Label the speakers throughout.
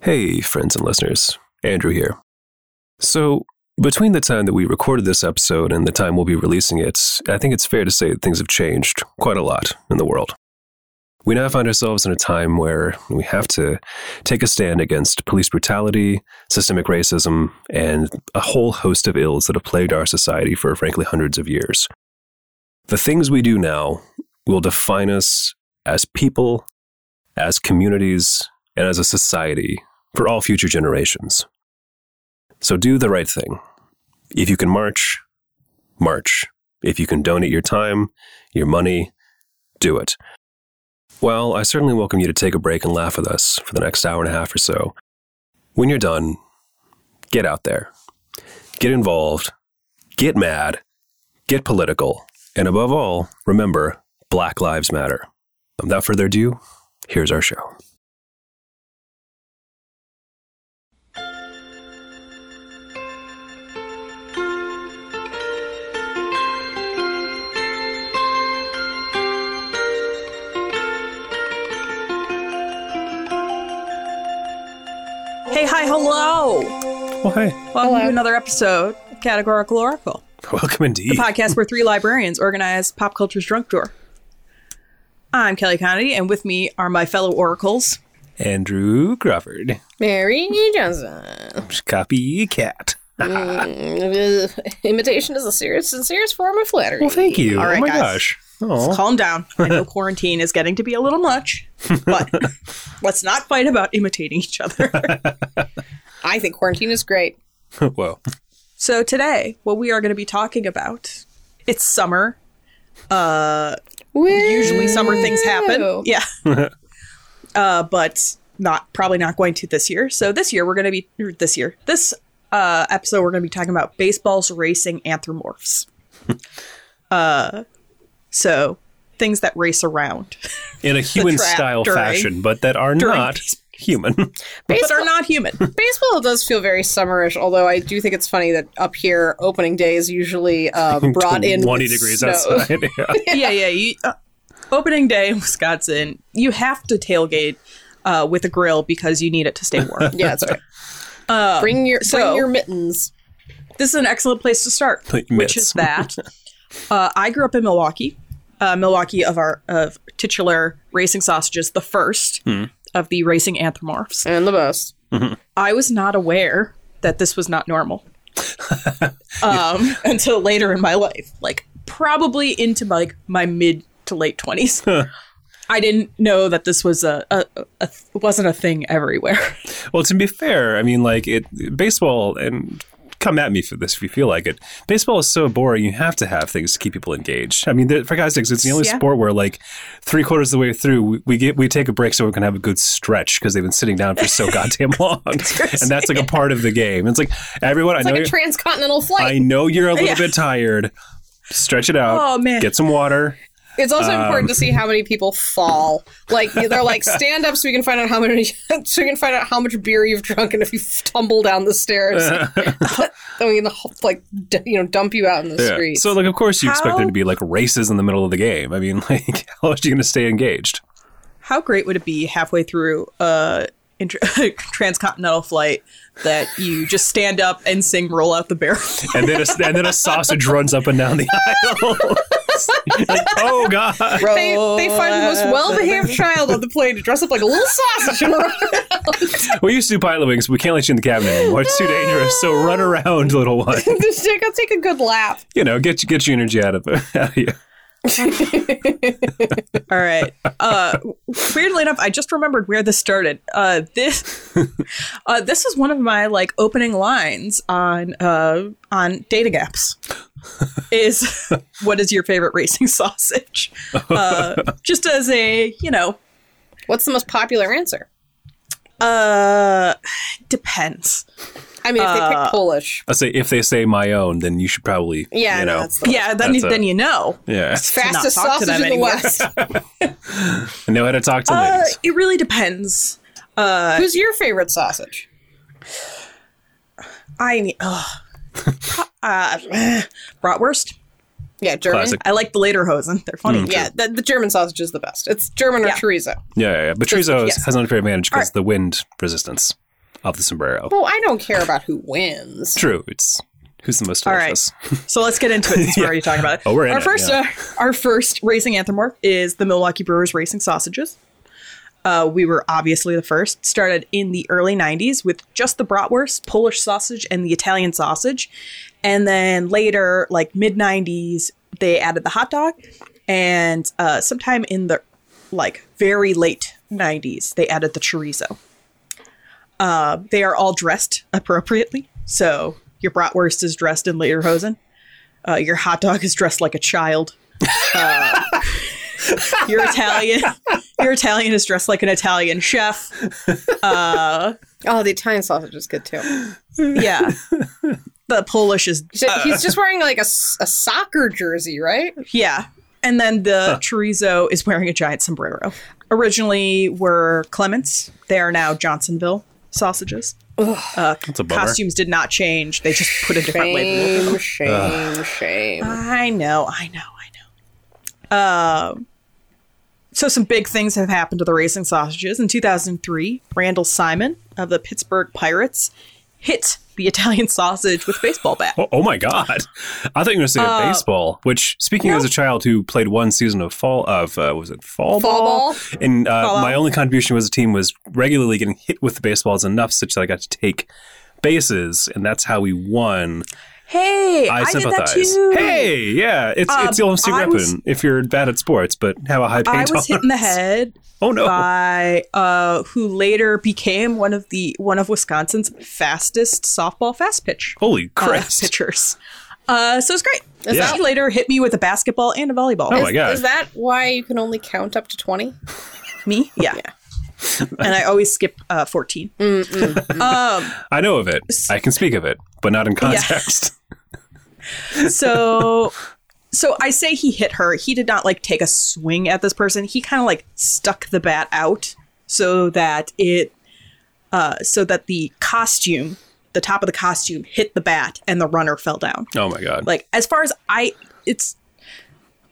Speaker 1: Hey, friends and listeners, Andrew here. So, between the time that we recorded this episode and the time we'll be releasing it, I think it's fair to say that things have changed quite a lot in the world. We now find ourselves in a time where we have to take a stand against police brutality, systemic racism, and a whole host of ills that have plagued our society for, frankly, hundreds of years. The things we do now will define us as people, as communities, and as a society for all future generations. So do the right thing. If you can march, march. If you can donate your time, your money, do it. Well, I certainly welcome you to take a break and laugh with us for the next hour and a half or so. When you're done, get out there, get involved, get mad, get political, and above all, remember Black Lives Matter. Without further ado, here's our show.
Speaker 2: Hey, hi, hello.
Speaker 1: Well, hey,
Speaker 2: Welcome to
Speaker 3: Hello.
Speaker 2: another episode of Categorical Oracle,
Speaker 1: welcome indeed.
Speaker 2: a podcast where three librarians organize pop culture's drunk drawer. I'm Kelly Connolly, and with me are my fellow oracles.
Speaker 1: Andrew Crawford,
Speaker 3: Mary Johnson.
Speaker 1: copycat.
Speaker 3: Imitation is a serious, sincere form of flattery.
Speaker 1: Well, thank you.
Speaker 3: All right,
Speaker 1: oh my
Speaker 3: guys.
Speaker 1: gosh. Oh,
Speaker 2: Calm down. I know quarantine is getting to be a little much, but let's not fight about imitating each other.
Speaker 3: I think quarantine is great.
Speaker 1: whoa.
Speaker 2: so today, what we are going to be talking about, it's summer. Usually summer things happen.
Speaker 3: Woo.
Speaker 2: Yeah. uh, but not probably not going to this year. So this year we're going to be or this year. This uh, episode we're going to be talking about baseball's racing anthropomorphs. uh so things that race around
Speaker 1: In a human style
Speaker 2: during-
Speaker 1: fashion, but that are
Speaker 2: during
Speaker 1: not
Speaker 2: base-
Speaker 1: human.
Speaker 2: but
Speaker 3: Baseball,
Speaker 2: are not human.
Speaker 3: baseball does feel very summerish, although I do think it's funny that up here, opening day is usually um, brought in
Speaker 1: 20
Speaker 3: with
Speaker 1: degrees
Speaker 3: snow.
Speaker 1: outside. Yeah.
Speaker 2: yeah, yeah. You, uh, opening day in Wisconsin, you have to tailgate uh, with a grill because you need it to stay warm.
Speaker 3: Yeah, that's right.
Speaker 1: Uh,
Speaker 3: bring your
Speaker 2: so-
Speaker 3: bring your mittens.
Speaker 2: this is an excellent place to start,
Speaker 1: Like myths.
Speaker 2: which is that uh, I grew up in Milwaukee, uh, Milwaukee of our of titular racing sausages, the first of the racing anthropomorphs.
Speaker 3: And the bus.
Speaker 2: I was not aware that this was not normal um, until later in my life, like probably into like my mid to late twenties. I didn't know that this was a, a, a wasn't a thing everywhere.
Speaker 1: Well, to be fair, I mean, like it baseball and come at me for this if you feel like it. Baseball is so boring. You have to have things to keep people engaged. I mean, the, for guys' sakes, it's the only
Speaker 2: Yeah.
Speaker 1: sport where like three quarters of the way through we, we get we take a break so we can have a good stretch because they've been sitting down for so goddamn long, and that's like a part of the game. It's like everyone. I
Speaker 3: It's
Speaker 1: know.
Speaker 3: like a
Speaker 1: you're-
Speaker 3: transcontinental flight.
Speaker 1: I know you're a little
Speaker 2: Yeah.
Speaker 1: bit tired. Stretch it out.
Speaker 2: Oh, man.
Speaker 1: Get some water.
Speaker 3: It's also
Speaker 1: um,
Speaker 3: important to see how many people fall. Like they're like stand up so we can find out how many so we can find out how much beer you've drunk and if you tumble down the stairs. I mean, like d- you know, dump you out in the
Speaker 1: Yeah.
Speaker 3: street.
Speaker 1: So, like, of course, you expect there
Speaker 2: How-
Speaker 1: to be like races in the middle of the game. I mean, like, how else are you going to stay engaged?
Speaker 2: how great would it be halfway through a inter- transcontinental flight that you just stand up and sing "Roll Out the Barrel"?
Speaker 1: and then a, and then a sausage runs up and down the aisle. Like, oh god!
Speaker 3: they, they find the most well behaved child on the plane to dress up like a little sausage. and run around.
Speaker 1: We used to do pilot wings, but we can't let you in the cabin anymore. It's too dangerous. So run around, little one.
Speaker 3: Just take- Go take a good lap.
Speaker 1: You know, get you- get your energy out of out of you.
Speaker 2: All right. Uh, weirdly enough, I just remembered where this started. Uh, this uh, this is one of my like opening lines on uh, on dating apps. Is what is your favorite racing sausage? Uh, just as a you know,
Speaker 3: What's the most popular answer?
Speaker 2: uh, depends.
Speaker 3: I mean, if they
Speaker 2: Uh,
Speaker 3: pick Polish,
Speaker 1: I say if they say my own, then you should probably
Speaker 3: yeah,
Speaker 1: you
Speaker 3: no,
Speaker 1: know
Speaker 3: that's the
Speaker 2: Yeah, then
Speaker 1: That's
Speaker 2: you
Speaker 1: a-
Speaker 2: then you know.
Speaker 1: yeah,
Speaker 3: fastest
Speaker 2: not talk to
Speaker 3: sausage
Speaker 2: them
Speaker 3: in the
Speaker 2: anymore.
Speaker 3: West.
Speaker 1: and know how to talk to
Speaker 2: Uh,
Speaker 1: ladies.
Speaker 2: it really depends.
Speaker 3: Who's your favorite sausage?
Speaker 2: I need ugh. uh, bratwurst.
Speaker 3: Yeah, German.
Speaker 1: Classic.
Speaker 2: I like the later hosen. They're funny.
Speaker 3: Yeah, the, the German sausage is the best. It's German or
Speaker 2: Yeah.
Speaker 3: chorizo.
Speaker 1: Yeah, yeah, yeah. but Chorizo
Speaker 3: yes.
Speaker 1: has an unfair advantage because
Speaker 2: Alright.
Speaker 1: the wind resistance. off the sombrero.
Speaker 3: Well, I don't care about who wins.
Speaker 1: True. It's who's the most
Speaker 2: All right.
Speaker 1: delicious.
Speaker 2: So let's get into it since we're already talking about it.
Speaker 1: Oh, we're in
Speaker 2: our
Speaker 1: it,
Speaker 2: first,
Speaker 1: yeah.
Speaker 2: uh, our first racing anthropomorph is the Milwaukee Brewers Racing Sausages. Uh, we were obviously the first. Started in the early '90s with just the bratwurst, Polish sausage, and the Italian sausage, and then later, like mid '90s, they added the hot dog, and uh, sometime in the like very late '90s, they added the chorizo. Uh, they are all dressed appropriately, so your bratwurst is dressed in lederhosen. Uh, your hot dog is dressed like a child. Uh, your Italian, your Italian is dressed like an Italian chef. Uh,
Speaker 3: Oh, the Italian sausage is good too.
Speaker 2: yeah, the Polish is
Speaker 3: He's just, he's just wearing like a, s- a soccer jersey, right?
Speaker 2: yeah, and then the chorizo is wearing a giant sombrero. Originally were Clements, they are now Johnsonville sausages. Uh,
Speaker 1: That's a bummer.
Speaker 2: costumes did not change; they just put a different label.
Speaker 3: Shame, shame, shame.
Speaker 2: I know, I know, I know. Uh, so some big things have happened to the racing sausages. In 2003, Randall Simon of the Pittsburgh Pirates hit the Italian sausage with a baseball bat.
Speaker 1: Oh, oh my God! I thought you were going to say
Speaker 2: Uh,
Speaker 1: a baseball. Which, speaking as a child who played one season of fall of uh, was it fall
Speaker 3: Fall ball?
Speaker 1: and uh,
Speaker 2: Fall
Speaker 1: my
Speaker 2: ball.
Speaker 1: only contribution was a team was regularly getting hit with the baseballs enough such that I got to take bases, and that's how we won.
Speaker 2: Hey, I,
Speaker 1: I,
Speaker 2: did that
Speaker 1: sympathize.
Speaker 2: too. Um,
Speaker 1: Hey, yeah, it's it's the ultimate
Speaker 2: I
Speaker 1: weapon
Speaker 2: was-
Speaker 1: if you're bad at sports, but have a high pain
Speaker 2: I was
Speaker 1: tolerance.
Speaker 2: hit in the head
Speaker 1: Oh no!
Speaker 2: by uh, who later became one of the one of Wisconsin's fastest softball fast pitch
Speaker 1: Holy
Speaker 2: uh,
Speaker 1: Oh, Christ!
Speaker 2: pitchers. Uh, so it's great.
Speaker 1: Yeah.
Speaker 2: He later hit me with a basketball and a volleyball.
Speaker 1: Oh my God.
Speaker 3: Is that why you can only count up to 20?
Speaker 2: Me? Yeah. and I always skip uh, 14. Um,
Speaker 1: I know of it. I can speak of it, but not in context.
Speaker 2: so so I say he hit her. He did not like take a swing at this person. He kind of like stuck the bat out so that it uh, so that the costume, the top of the costume hit the bat and the runner fell down.
Speaker 1: Oh my God!
Speaker 2: Like as far as I it's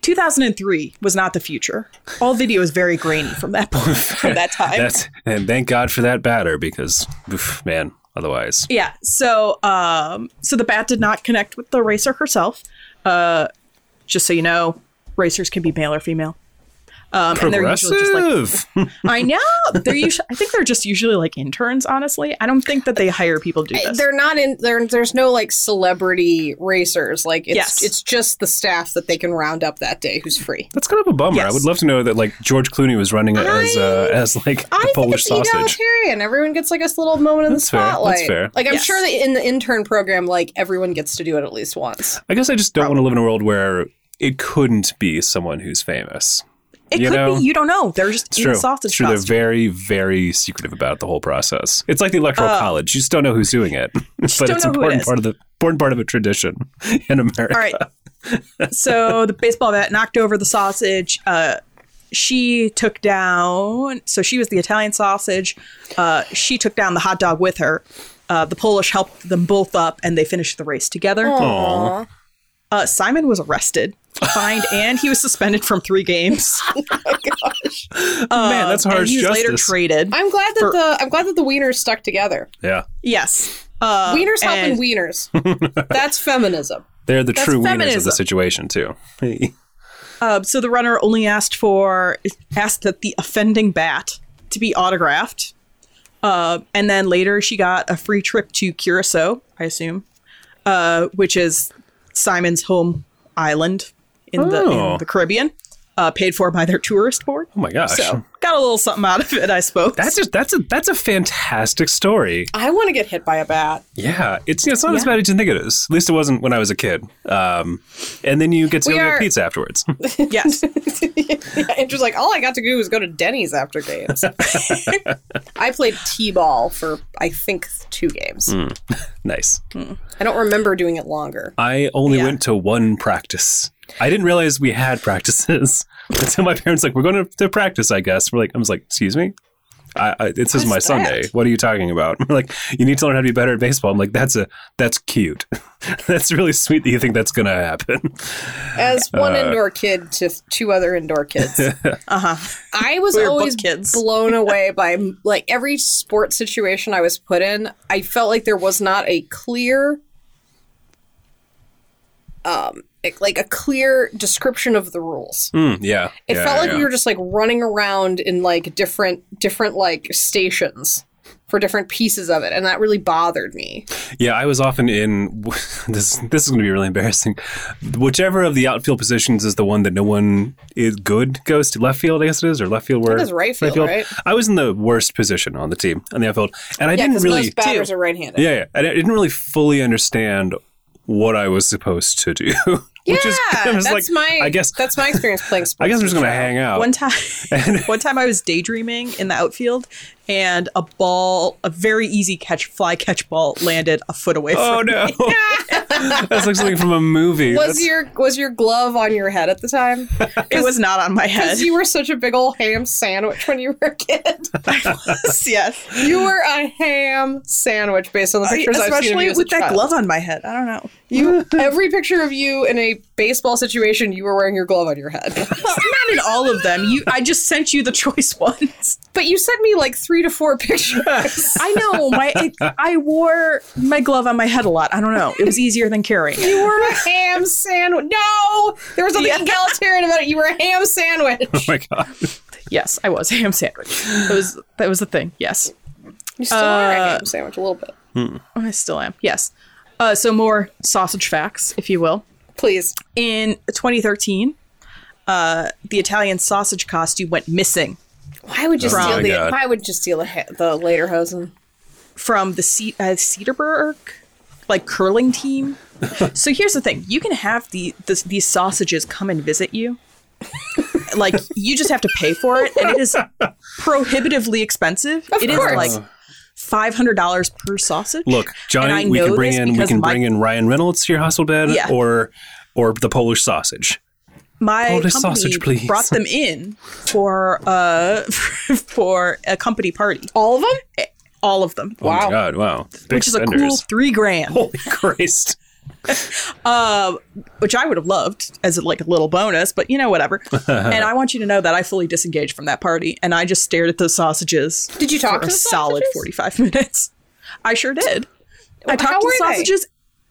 Speaker 2: 2003 was not the future. All video is very grainy from that point from that time.
Speaker 1: That's and thank God for that batter because, oof, man, otherwise
Speaker 2: Yeah. So, um, so the bat did not connect with the racer herself. Uh, just so you know, racers can be male or female. Um, and they're usually just like
Speaker 1: progressive.
Speaker 2: I know they're usually. I think they're just usually like interns. Honestly, I don't think that they hire people to do this.
Speaker 3: They're not in there. There's no like celebrity racers. Like it's
Speaker 2: Yes.
Speaker 3: it's just the staff that they can round up that day who's free.
Speaker 1: That's kind of a bummer. I
Speaker 2: Yes.
Speaker 1: would love to know that like George Clooney was running it as uh, as like
Speaker 3: I
Speaker 1: the
Speaker 3: think
Speaker 1: Polish
Speaker 3: it's
Speaker 1: sausage.
Speaker 3: egalitarian. Everyone gets like a little moment in
Speaker 1: That's
Speaker 3: the
Speaker 1: fair. That's
Speaker 3: spotlight.
Speaker 1: fair.
Speaker 3: Like I'm
Speaker 2: Yes.
Speaker 3: sure that in the intern program, like everyone gets to do it at least once.
Speaker 1: I guess I just don't want to live in a world where it couldn't be someone who's famous.
Speaker 2: it
Speaker 1: you
Speaker 2: could
Speaker 1: know,
Speaker 2: be. You don't know. They're just
Speaker 1: It's
Speaker 2: eating
Speaker 1: true.
Speaker 2: sausage
Speaker 1: It's true. They're
Speaker 2: costume.
Speaker 1: very, very secretive about the whole process. It's like the electoral college. You just don't know who's doing it, but it's
Speaker 2: Oh. don't know who it
Speaker 1: important
Speaker 2: is.
Speaker 1: part of the important part of a tradition in America.
Speaker 2: All right. so the baseball bat knocked over the sausage. Uh, she took down. So she was the Italian sausage. Uh, she took down the hot dog with her. Uh, the Polish helped them both up, and they finished the race together.
Speaker 3: Oh
Speaker 1: Aw.
Speaker 2: Uh, Simon was arrested, fined, and he was suspended from three games.
Speaker 1: man, that's
Speaker 2: Uh, and
Speaker 1: harsh
Speaker 2: he was
Speaker 1: justice.
Speaker 2: later traded.
Speaker 3: I'm glad that
Speaker 2: For-
Speaker 3: the I'm glad that the wieners stuck together.
Speaker 1: yeah,
Speaker 2: yes. Uh,
Speaker 3: Wieners helping
Speaker 2: and-
Speaker 3: wieners. That's feminism.
Speaker 1: they're the true winners of the
Speaker 2: feminism.
Speaker 1: situation too.
Speaker 2: Uh, so the runner only asked for asked that the offending bat to be autographed, uh, and then later she got a free trip to Curacao, I assume, uh, which is Simon's home island in the
Speaker 1: Oh.
Speaker 2: in the Caribbean, uh, paid for by their tourist board.
Speaker 1: Oh my gosh,
Speaker 2: So got a little something out of it, I suppose.
Speaker 1: that's just that's a that's a fantastic story.
Speaker 3: I want to get hit by a bat.
Speaker 1: Yeah, it's it's not as bad as you think it is. At least it wasn't when I was a kid. Um, and then you get to
Speaker 3: We
Speaker 1: go
Speaker 3: are-
Speaker 1: get pizza afterwards.
Speaker 2: yes.
Speaker 3: yeah, and just like all I got to do was go to Denny's after games. I played t-ball for I think two games.
Speaker 1: nice.
Speaker 3: I don't remember doing it longer.
Speaker 1: I only went to one practice. I didn't realize we had practices. And so my parents like, we're going to, to practice, I guess. We're like, I was like, excuse me, I, I, this is my
Speaker 3: What's
Speaker 1: Sunday.
Speaker 3: that?
Speaker 1: What are you talking about? like, you need to learn how to be better at baseball. I'm like, that's a that's cute. that's really sweet that you think that's gonna happen.
Speaker 3: As one
Speaker 1: Uh,
Speaker 3: indoor kid to two other indoor kids.
Speaker 2: Uh huh.
Speaker 3: I was
Speaker 2: We were both
Speaker 3: always
Speaker 2: kids.
Speaker 3: blown away by like every sports situation I was put in. I felt like there was not a clear, um, like a clear description of the rules.
Speaker 1: Mm, yeah,
Speaker 3: It
Speaker 1: yeah,
Speaker 3: felt like
Speaker 1: yeah.
Speaker 3: we were just like running around in like different different like stations for different pieces of it, and that really bothered me.
Speaker 1: Yeah, I was often in this. This is going to be really embarrassing. Whichever of the outfield positions is the one that no one is good goes to left field. I guess it is or left field. Where
Speaker 3: That is right field, right?
Speaker 1: I was in the worst position on the team on the outfield, and I
Speaker 3: Yeah,
Speaker 1: didn't
Speaker 3: because
Speaker 1: really.
Speaker 3: most batters are right-handed.
Speaker 1: yeah, yeah, and I didn't really fully understand what I was supposed to do. which is,
Speaker 3: Yeah,
Speaker 1: I'm just
Speaker 3: that's
Speaker 1: like,
Speaker 3: my
Speaker 1: I guess.
Speaker 3: that's my experience playing sports.
Speaker 1: I guess I'm just going to hang out.
Speaker 2: One time, one time I was daydreaming in the outfield, and a ball, a very easy catch, fly catch ball, landed a foot away.
Speaker 1: oh
Speaker 2: from
Speaker 1: no, that's like something from a movie.
Speaker 3: Was
Speaker 1: That's-
Speaker 3: your was your glove on your head at the time?
Speaker 2: me. It was not on my head.
Speaker 3: Because you were such a big old ham sandwich when you were a kid.
Speaker 2: yes,
Speaker 3: You were a ham sandwich based on the pictures I've seen of
Speaker 2: especially
Speaker 3: you as
Speaker 2: with
Speaker 3: a
Speaker 2: that
Speaker 3: child.
Speaker 2: glove on my head. I don't know.
Speaker 3: You, every picture of you in a baseball situation, you were wearing your glove on your head.
Speaker 2: Well, not in all of them. You, I just sent you the choice ones.
Speaker 3: but you sent me like three to four pictures.
Speaker 2: I know my it, I wore my glove on my head a lot. I don't know. It was easier than carrying. it.
Speaker 3: You were a ham sandwich. No, there was nothing
Speaker 2: Yeah.
Speaker 3: egalitarian about it. You were a ham sandwich.
Speaker 1: oh my god.
Speaker 2: Yes, I was ham sandwich. That was that was the thing. Yes,
Speaker 3: You still are a ham sandwich a little bit.
Speaker 2: I still am. Yes. Uh, so more sausage facts, if you will.
Speaker 3: Please.
Speaker 2: In 2013, uh, the Italian sausage costume went missing
Speaker 3: Why would you
Speaker 2: From-
Speaker 3: steal
Speaker 2: my
Speaker 3: the?
Speaker 1: God.
Speaker 3: Why would you steal the ha- the later hosen?
Speaker 2: from the C- uh, Cedarburg like curling team. so here's the thing: you can have the, the these sausages come and visit you. like you just have to pay for it, and it is prohibitively expensive. It is
Speaker 3: course.
Speaker 2: like five hundred dollars per sausage.
Speaker 1: Look,
Speaker 2: And I
Speaker 1: Johnny, we can
Speaker 2: know
Speaker 1: bring
Speaker 2: this
Speaker 1: in we
Speaker 2: because
Speaker 1: can
Speaker 2: my-
Speaker 1: bring in Ryan Reynolds to your hospital bed,
Speaker 2: Yeah.
Speaker 1: or or the Polish sausage.
Speaker 2: my
Speaker 1: Hold
Speaker 2: company
Speaker 1: a sausage, please.
Speaker 2: brought them in for uh for a company party,
Speaker 3: All of them?
Speaker 2: all of them,
Speaker 1: Oh
Speaker 3: Wow.
Speaker 1: my god! Wow, big
Speaker 2: which is a cool
Speaker 1: spenders.
Speaker 2: three grand.
Speaker 1: Holy Christ!
Speaker 2: which I would have loved as like a little bonus, but you know, whatever. and I want you to know that I fully disengaged from that party and I just stared at those sausages
Speaker 3: Did you talk
Speaker 2: for
Speaker 3: to
Speaker 2: a
Speaker 3: the
Speaker 2: solid
Speaker 3: sausages?
Speaker 2: 45 minutes. I sure did. I talked
Speaker 3: how
Speaker 2: to the
Speaker 3: were they?
Speaker 2: sausages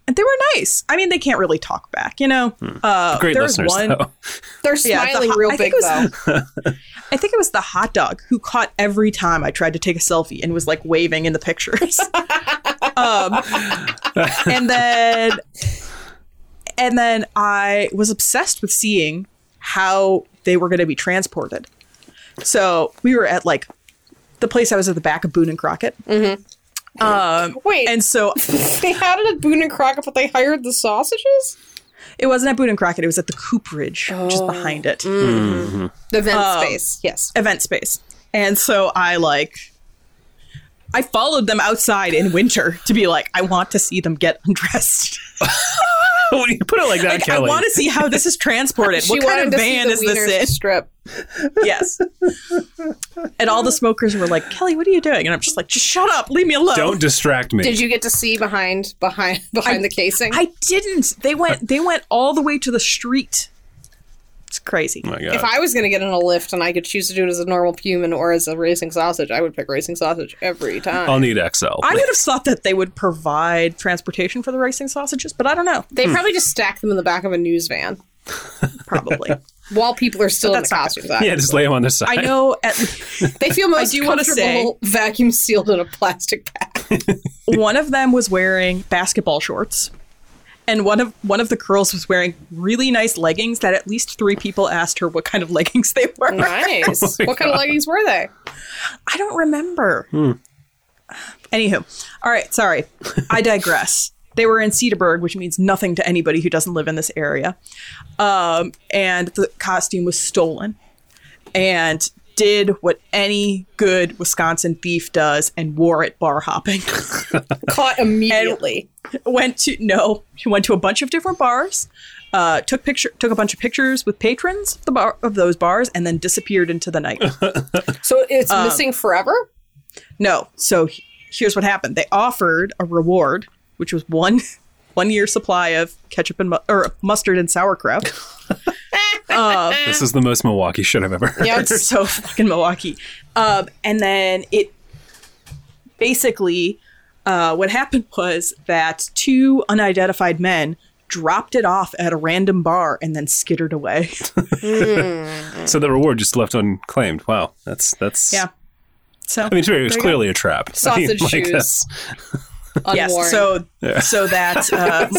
Speaker 2: and they were nice. I mean, they can't really talk back, you know? Uh,
Speaker 1: Hmm. Great
Speaker 2: there was
Speaker 1: listeners,
Speaker 2: one-
Speaker 1: though.
Speaker 3: They're
Speaker 2: Yeah, the
Speaker 3: smiling
Speaker 2: hot-
Speaker 3: real
Speaker 2: I
Speaker 3: big
Speaker 2: think
Speaker 3: though.
Speaker 2: it I think it was the hot dog who caught every time I tried to take a selfie and was like waving in the pictures. um, and then, and then I was obsessed with seeing how they were going to be transported. So we were at like the place I was at the back of Boone and Crockett,
Speaker 3: Wait,
Speaker 2: and so
Speaker 3: they had it at Boone and Crockett, but they hired the sausages.
Speaker 2: it wasn't at Boone and Crockett; it was at the Cooperage, which is behind it.
Speaker 3: The vent space. Yes.
Speaker 2: event space. And so I like I followed them outside in winter to be like, I want to see them get undressed.
Speaker 1: when you put it like that,
Speaker 2: I
Speaker 1: Kelly,
Speaker 2: want to see how this is transported. what kind of van is this
Speaker 3: Strip.
Speaker 2: in? yes. And all the smokers were like, Kelly, what are you doing? And I'm just like, just shut up, leave me alone.
Speaker 1: don't distract me.
Speaker 3: Did you get to see behind behind behind the casing?
Speaker 2: I didn't. They
Speaker 1: Uh.
Speaker 2: went they went all the way to the street. It's crazy.
Speaker 1: oh my god!
Speaker 3: if I was going to get in a lift and I could choose to do it as a normal human or as a racing sausage, I would pick racing sausage every time.
Speaker 1: I'll need XL.
Speaker 2: I would have thought that they would provide transportation for the racing sausages, but I don't know.
Speaker 3: they probably just stack them in the back of a news van
Speaker 2: Probably.
Speaker 3: while people are still in the
Speaker 2: that's not
Speaker 3: costumes.
Speaker 1: yeah, just lay him on the side.
Speaker 2: I know at least
Speaker 3: They feel most
Speaker 2: do wanna
Speaker 3: comfortable vacuum sealed in a plastic bag.
Speaker 2: one of them was wearing basketball shorts and one of one of the girls was wearing really nice leggings that at least three people asked her what kind of leggings they were
Speaker 3: Nice.
Speaker 1: Oh
Speaker 3: what kind of leggings were they?
Speaker 2: i don't remember anywho all right sorry i digress they were in cedarburg which means nothing to anybody who doesn't live in this area um, and the costume was stolen and did what any good wisconsin thief does and wore it bar hopping
Speaker 3: Caught immediately.
Speaker 2: went to no she went to a bunch of different bars uh, took picture took a bunch of pictures with patrons of the bar of those bars, and then disappeared into the night.
Speaker 3: So it's
Speaker 2: um,
Speaker 3: missing forever?
Speaker 2: No. So he- here's what happened. They offered a reward, which was one one year supply of ketchup and mu- or mustard and sauerkraut.
Speaker 1: This is the most Milwaukee shit I've ever heard.
Speaker 3: Yeah.
Speaker 2: It's so fucking Milwaukee. Um, and then it basically uh, what happened was that two unidentified men dropped it off at a random bar and then skittered away.
Speaker 1: So the reward just left unclaimed. Wow, that's that's.
Speaker 2: yeah. So
Speaker 1: I mean, it was
Speaker 2: There you
Speaker 1: clearly a trap. I mean,
Speaker 3: Sausage shoes.
Speaker 1: that's-
Speaker 3: Unworn.
Speaker 2: yes. So so that uh,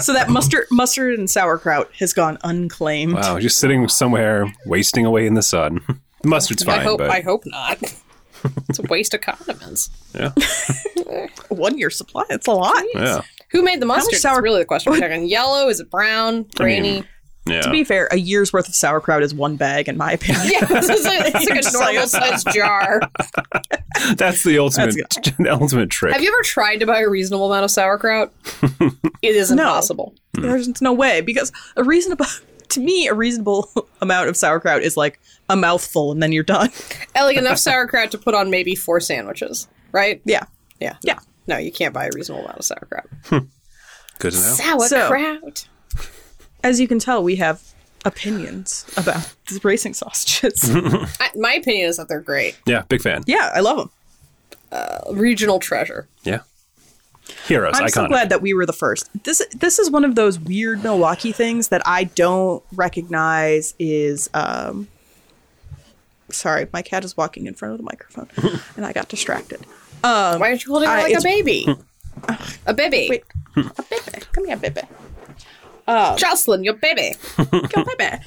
Speaker 2: so that mustard mustard and sauerkraut has gone unclaimed.
Speaker 1: wow, just sitting somewhere, wasting away in the sun. The mustard's fine,
Speaker 3: I hope
Speaker 1: but
Speaker 3: I hope not. It's a waste of condiments.
Speaker 1: yeah,
Speaker 2: One year supply. It's a lot.
Speaker 1: yeah,
Speaker 3: Who made the mustard? That's
Speaker 2: sour-
Speaker 3: really the question we're talking. Yellow? Is it brown? Grainy?
Speaker 1: yeah.
Speaker 2: To be fair, a year's worth of sauerkraut is one bag, in my opinion.
Speaker 3: yeah, this is a, it's like a
Speaker 2: Just
Speaker 3: normal
Speaker 2: like-
Speaker 3: sized jar.
Speaker 1: that's the ultimate, the ultimate trick.
Speaker 3: Have you ever tried to buy a reasonable amount of sauerkraut? It is
Speaker 2: No.
Speaker 3: impossible.
Speaker 2: There's no way because a reasonable to me a reasonable amount of sauerkraut is like a mouthful and then you're done.
Speaker 3: And, Like enough sauerkraut to put on maybe four sandwiches, right?
Speaker 2: Yeah.
Speaker 3: Yeah.
Speaker 2: Yeah.
Speaker 3: No, you can't buy a reasonable amount of sauerkraut.
Speaker 1: Good to know.
Speaker 3: Sauerkraut.
Speaker 2: As you can tell, we have opinions about these racing sausages.
Speaker 3: I, my opinion is that they're great.
Speaker 1: Yeah, big fan.
Speaker 2: yeah, I love them.
Speaker 3: A regional treasure.
Speaker 1: Yeah, heroes,
Speaker 2: I'm
Speaker 1: iconic.
Speaker 2: so glad that we were the first. This this is one of those weird Milwaukee things that I don't recognize is um sorry, my cat is walking in front of the microphone and I got distracted.
Speaker 3: Why aren't you holding her
Speaker 2: Um, I-
Speaker 3: like a
Speaker 2: it's- Mm.
Speaker 3: baby? a baby.
Speaker 2: Wait. um, A baby. Come here, baby.
Speaker 3: Jocelyn, your baby.
Speaker 2: Go baby.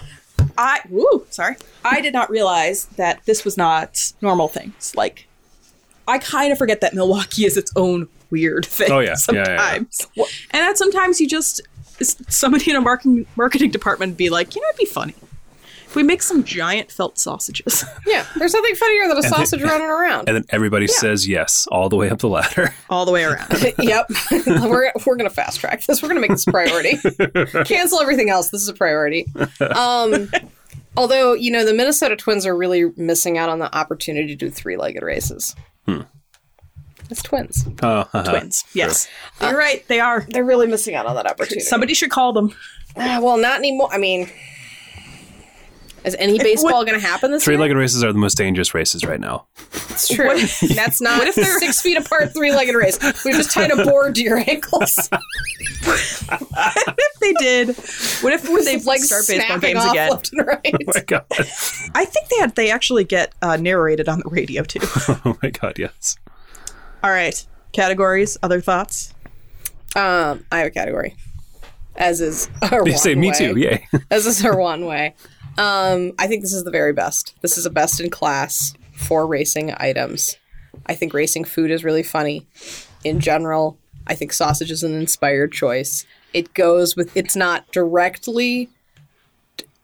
Speaker 2: I woo, sorry. I did not realize that this was not normal things. Like I kind of forget that Milwaukee is its own weird thing
Speaker 1: Oh, yeah. Yeah, yeah,
Speaker 2: sometimes.
Speaker 1: yeah.
Speaker 2: And that sometimes you just s- somebody in a marketing marketing department would be like, you know, it'd be funny. If we make some giant felt sausages
Speaker 3: Yeah, there's nothing funnier than a sausage running around.
Speaker 1: and then everybody says yes all the way up the ladder.
Speaker 2: all the way around.
Speaker 3: yep. we're we're gonna fast track this. We're gonna make this a priority. Cancel everything else. This is a priority. Um although, you know, the Minnesota twins are really missing out on the opportunity to do three legged races. It's twins. Uh,
Speaker 1: Oh, uh-huh.
Speaker 2: Twins. Yes. You're right, they are.
Speaker 3: They're really missing out on that opportunity.
Speaker 2: Somebody should call them.
Speaker 3: Ah, well, not anymore. I mean is any baseball gonna happen this year?
Speaker 1: Three-legged races are the most dangerous races right now. Oh
Speaker 3: That's true. That's not what if they're six feet apart, three legged race. We just tied a board to your ankles.
Speaker 2: If they did, what if would they
Speaker 3: like
Speaker 2: start baseball
Speaker 3: snapping
Speaker 2: games
Speaker 3: off
Speaker 2: again?
Speaker 3: left and right.
Speaker 1: Oh my god!
Speaker 2: I think they had, they actually get uh, narrated on the radio too.
Speaker 1: Oh my god! Yes.
Speaker 2: All right. Categories, other thoughts?
Speaker 3: Um, I have a category. As is our
Speaker 1: You say me too. Yay.
Speaker 3: As is our one way. Um, I think this is the very best. This is a best in class for racing items. I think racing food is really funny in general. I think sausage is an inspired choice. It goes with it's not directly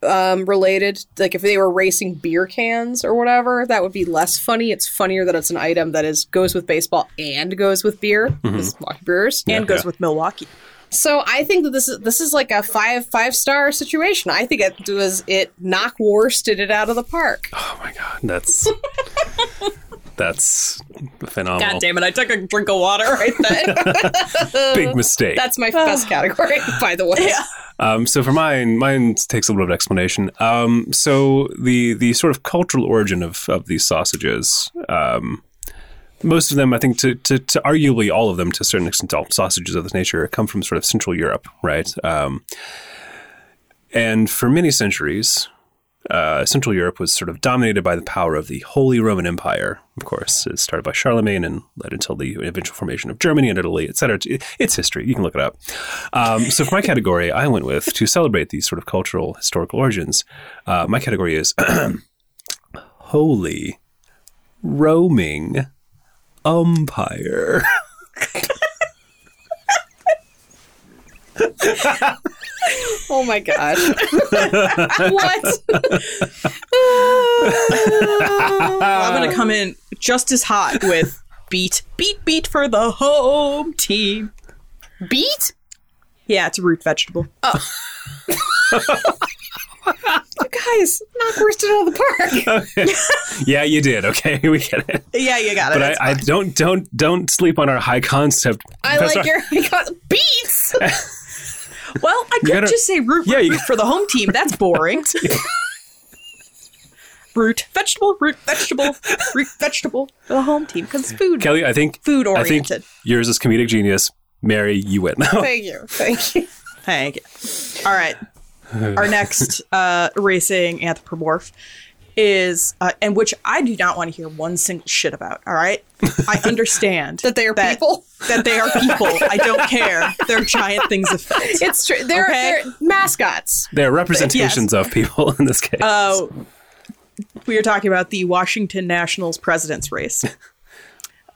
Speaker 3: um, related. Like if they were racing beer cans or whatever, that would be less funny. It's funnier that it's an item that is goes with baseball and goes with beer.
Speaker 1: Mm-hmm.
Speaker 3: This is Milwaukee Brewers
Speaker 2: And goes
Speaker 1: yeah.
Speaker 2: with Milwaukee.
Speaker 3: so I think that this is this is like a five five star situation. I think it was it knock worsted it out of the park.
Speaker 1: Oh my god! That's that's phenomenal.
Speaker 2: it, I took a drink of water right then.
Speaker 1: Big mistake.
Speaker 3: Uh, That's my best category, by the way.
Speaker 1: Um, so for mine, mine takes a little bit of explanation. Um, so the the sort of cultural origin of of these sausages. Um, most of them, I think, to, to, to arguably all of them, to a certain extent, all sausages of this nature come from sort of Central Europe, right? Um, and for many centuries, uh, Central Europe was sort of dominated by the power of the Holy Roman Empire. Of course, it started by Charlemagne and led until the eventual formation of Germany and Italy, et cetera. It- It's history. You can look it up. Um, so, for my category, I went with to celebrate these sort of cultural, historical origins. Uh, my category is Holy Roaming Umpire.
Speaker 3: Oh my gosh. what?
Speaker 2: I'm going to come in just as hot with beat, beat, beat for the home team.
Speaker 3: Beat?
Speaker 2: Yeah, it's a root vegetable.
Speaker 3: You guys, knock Worsted out of the park.
Speaker 1: Yeah, you did. Okay, we get it.
Speaker 2: Yeah, you got it.
Speaker 1: But I, I don't don't don't sleep on our high concept.
Speaker 3: I
Speaker 1: That's our-
Speaker 3: like your you got beats.
Speaker 2: well, I could
Speaker 1: gotta-
Speaker 2: just say root, root,
Speaker 1: Yeah, you-
Speaker 2: root for the home team. That's boring. root vegetable, root vegetable, root vegetable for the home team because food,
Speaker 1: Kelly. I think
Speaker 2: food
Speaker 1: I think
Speaker 2: oriented.
Speaker 1: yours is comedic genius. Mary, you win.
Speaker 3: Thank you. Thank you.
Speaker 2: Thank you. All right. Our next uh, racing anthropomorph is, uh, and which I do not want to hear one single shit about. All right. I understand
Speaker 3: That they are people?
Speaker 2: That they are people. I don't care. They're giant things of fact.
Speaker 3: It's true. They're,
Speaker 2: Okay.
Speaker 3: they're mascots.
Speaker 1: there are representations of people in this case.
Speaker 2: Oh, we are talking about the Washington Nationals president's race.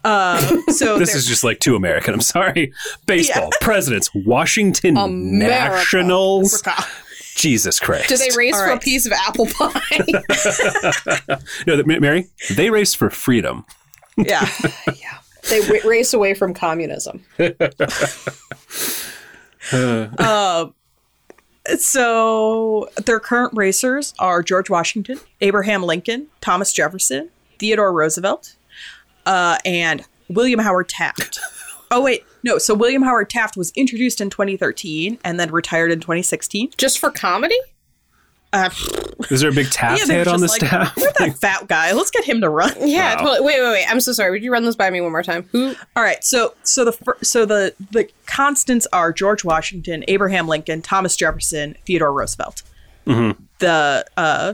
Speaker 2: Uh, so
Speaker 1: this
Speaker 2: there-
Speaker 1: is just like too American. I'm sorry. Baseball, presidents, Washington
Speaker 3: America.
Speaker 1: Nationals. Jesus Christ.
Speaker 3: Do they race
Speaker 2: All
Speaker 3: for a
Speaker 2: right.
Speaker 3: piece of apple pie?
Speaker 1: No, th- Mary, they race for freedom.
Speaker 2: yeah.
Speaker 3: they w- race away from communism.
Speaker 2: So their current racers are George Washington, Abraham Lincoln, Thomas Jefferson, Theodore Roosevelt, uh, and William Howard Taft. Oh wait, no. So William Howard Taft was introduced in 2013 and then retired in 2016.
Speaker 3: Just for comedy?
Speaker 2: Uh,
Speaker 1: Is there a big tap
Speaker 2: yeah, they were
Speaker 1: head on the
Speaker 2: just like,
Speaker 1: staff?
Speaker 2: "We're that fat guy. Let's get him to run.
Speaker 3: Yeah. Totally. Wait, wait, wait. I'm so sorry. Would you run those by me one more time? Who?
Speaker 2: All right. So so the fir- so the the constants are George Washington, Abraham Lincoln, Thomas Jefferson, Theodore Roosevelt. The uh,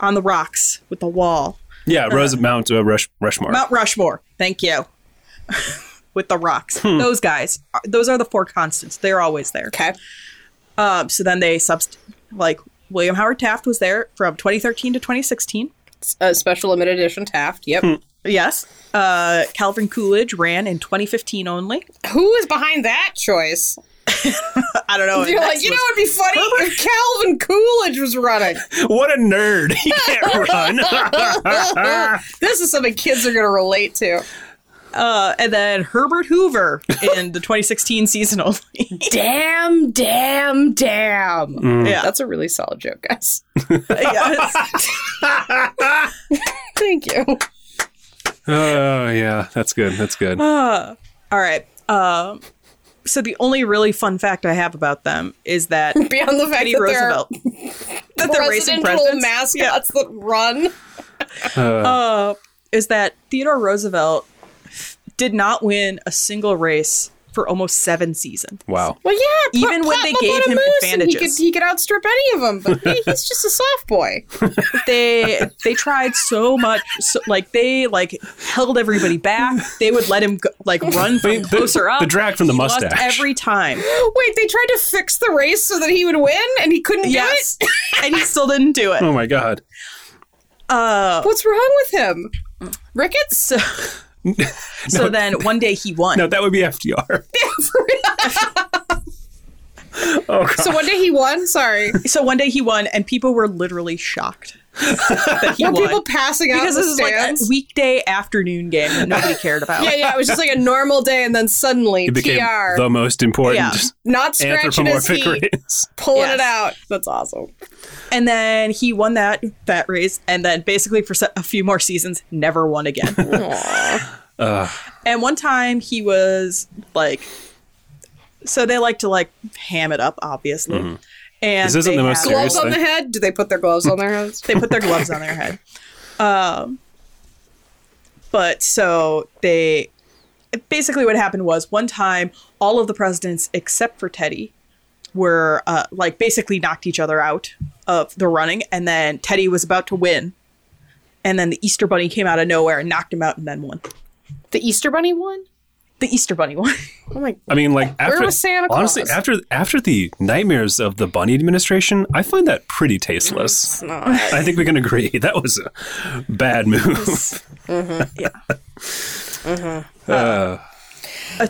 Speaker 2: on the rocks with the wall,
Speaker 1: yeah, Rose Mount uh, Rush, Rushmore.
Speaker 2: Mount Rushmore. Thank you. with the rocks, those guys. are- Those are the four constants. They're always there.
Speaker 3: Okay.
Speaker 2: Um, so then they subst like William Howard Taft was there from 2013 to 2016.
Speaker 3: A special limited edition Taft. Yep.
Speaker 2: Hmm. Yes. Uh, Calvin Coolidge ran in 2015 only.
Speaker 3: Who is behind that choice?
Speaker 2: I don't know.
Speaker 3: You're
Speaker 2: Next
Speaker 3: like, you
Speaker 2: was-
Speaker 3: know what'd be funny? If Calvin Coolidge was running.
Speaker 1: What a nerd. He can't run.
Speaker 3: This is something kids are going to relate to.
Speaker 2: Uh, and then Herbert Hoover in the 2016 season only.
Speaker 3: Damn, damn, damn.
Speaker 2: Hmm. Yeah.
Speaker 3: That's a really solid joke, guys.
Speaker 2: Yes.
Speaker 3: Thank you.
Speaker 1: oh, yeah. That's good. That's good.
Speaker 3: Uh,
Speaker 2: All right. Um, so the only really fun fact I have about them is that
Speaker 3: Beyond the fact
Speaker 2: Teddy
Speaker 3: that
Speaker 2: Roosevelt, that
Speaker 3: they're
Speaker 2: they're racing
Speaker 3: presidential
Speaker 2: presidents,
Speaker 3: mascots that run.
Speaker 2: uh, is that Theodore Roosevelt did not win a single race for almost seven seasons.
Speaker 1: Wow.
Speaker 3: Well, yeah, pl-
Speaker 2: Even when
Speaker 3: pl-
Speaker 2: they
Speaker 3: pl-
Speaker 2: gave
Speaker 3: pl-
Speaker 2: him
Speaker 3: moose and
Speaker 2: advantages.
Speaker 3: he could, he could outstrip any of them. But he- he's just a soft boy.
Speaker 2: They they tried so much, so, like they like held everybody back. They would let him go, like run from
Speaker 1: the-
Speaker 2: closer up.
Speaker 1: the drag from the
Speaker 2: He lost
Speaker 1: mustache.
Speaker 2: every time.
Speaker 3: Wait, they tried to fix the race so that he would win, and he couldn't
Speaker 2: Yes.
Speaker 3: do it.
Speaker 2: and he still didn't do it.
Speaker 1: Oh, my God.
Speaker 3: What's wrong with him? Ricketts?
Speaker 2: So, so then one day he won.
Speaker 1: No, that would be FDR. oh, God.
Speaker 3: So one day he won. Sorry,
Speaker 2: So one day he won, and people were literally shocked that he
Speaker 3: were
Speaker 2: won.
Speaker 3: people passing out
Speaker 2: because
Speaker 3: in
Speaker 2: this
Speaker 3: the
Speaker 2: is like a
Speaker 3: stands?
Speaker 2: weekday afternoon game that nobody cared about.
Speaker 3: yeah, yeah, it was just like a normal day, and then suddenly
Speaker 1: it became
Speaker 3: TR
Speaker 1: the most important
Speaker 2: Yeah.
Speaker 3: not scratching his
Speaker 1: anthropomorphic
Speaker 3: heat,
Speaker 1: race.
Speaker 3: pulling
Speaker 2: Yes.
Speaker 3: it out. That's awesome.
Speaker 2: And then he won that that race, and then basically for se- a few more seasons, never won again. And one time he was like, so they like to like ham it up, obviously. And
Speaker 1: Mm-hmm. This isn't
Speaker 2: they
Speaker 1: the most
Speaker 2: had-
Speaker 1: serious
Speaker 3: Gloves on the
Speaker 1: Seriously?
Speaker 3: head? Do they put their gloves on their hands?
Speaker 2: they put their gloves on their head. Um, but so they basically what happened was one time all of the presidents except for Teddy were uh, like basically knocked each other out of the running, and then Teddy was about to win, and then the Easter Bunny came out of nowhere and knocked him out, and then won.
Speaker 3: The Easter Bunny one?
Speaker 2: The Easter Bunny won.
Speaker 3: Oh my!
Speaker 1: I mean, like after
Speaker 3: was Santa
Speaker 1: honestly,
Speaker 3: Claus?
Speaker 1: after after the nightmares of the Bunny administration, I find that pretty tasteless. I think we can agree that was a bad move.
Speaker 2: yeah. Uh,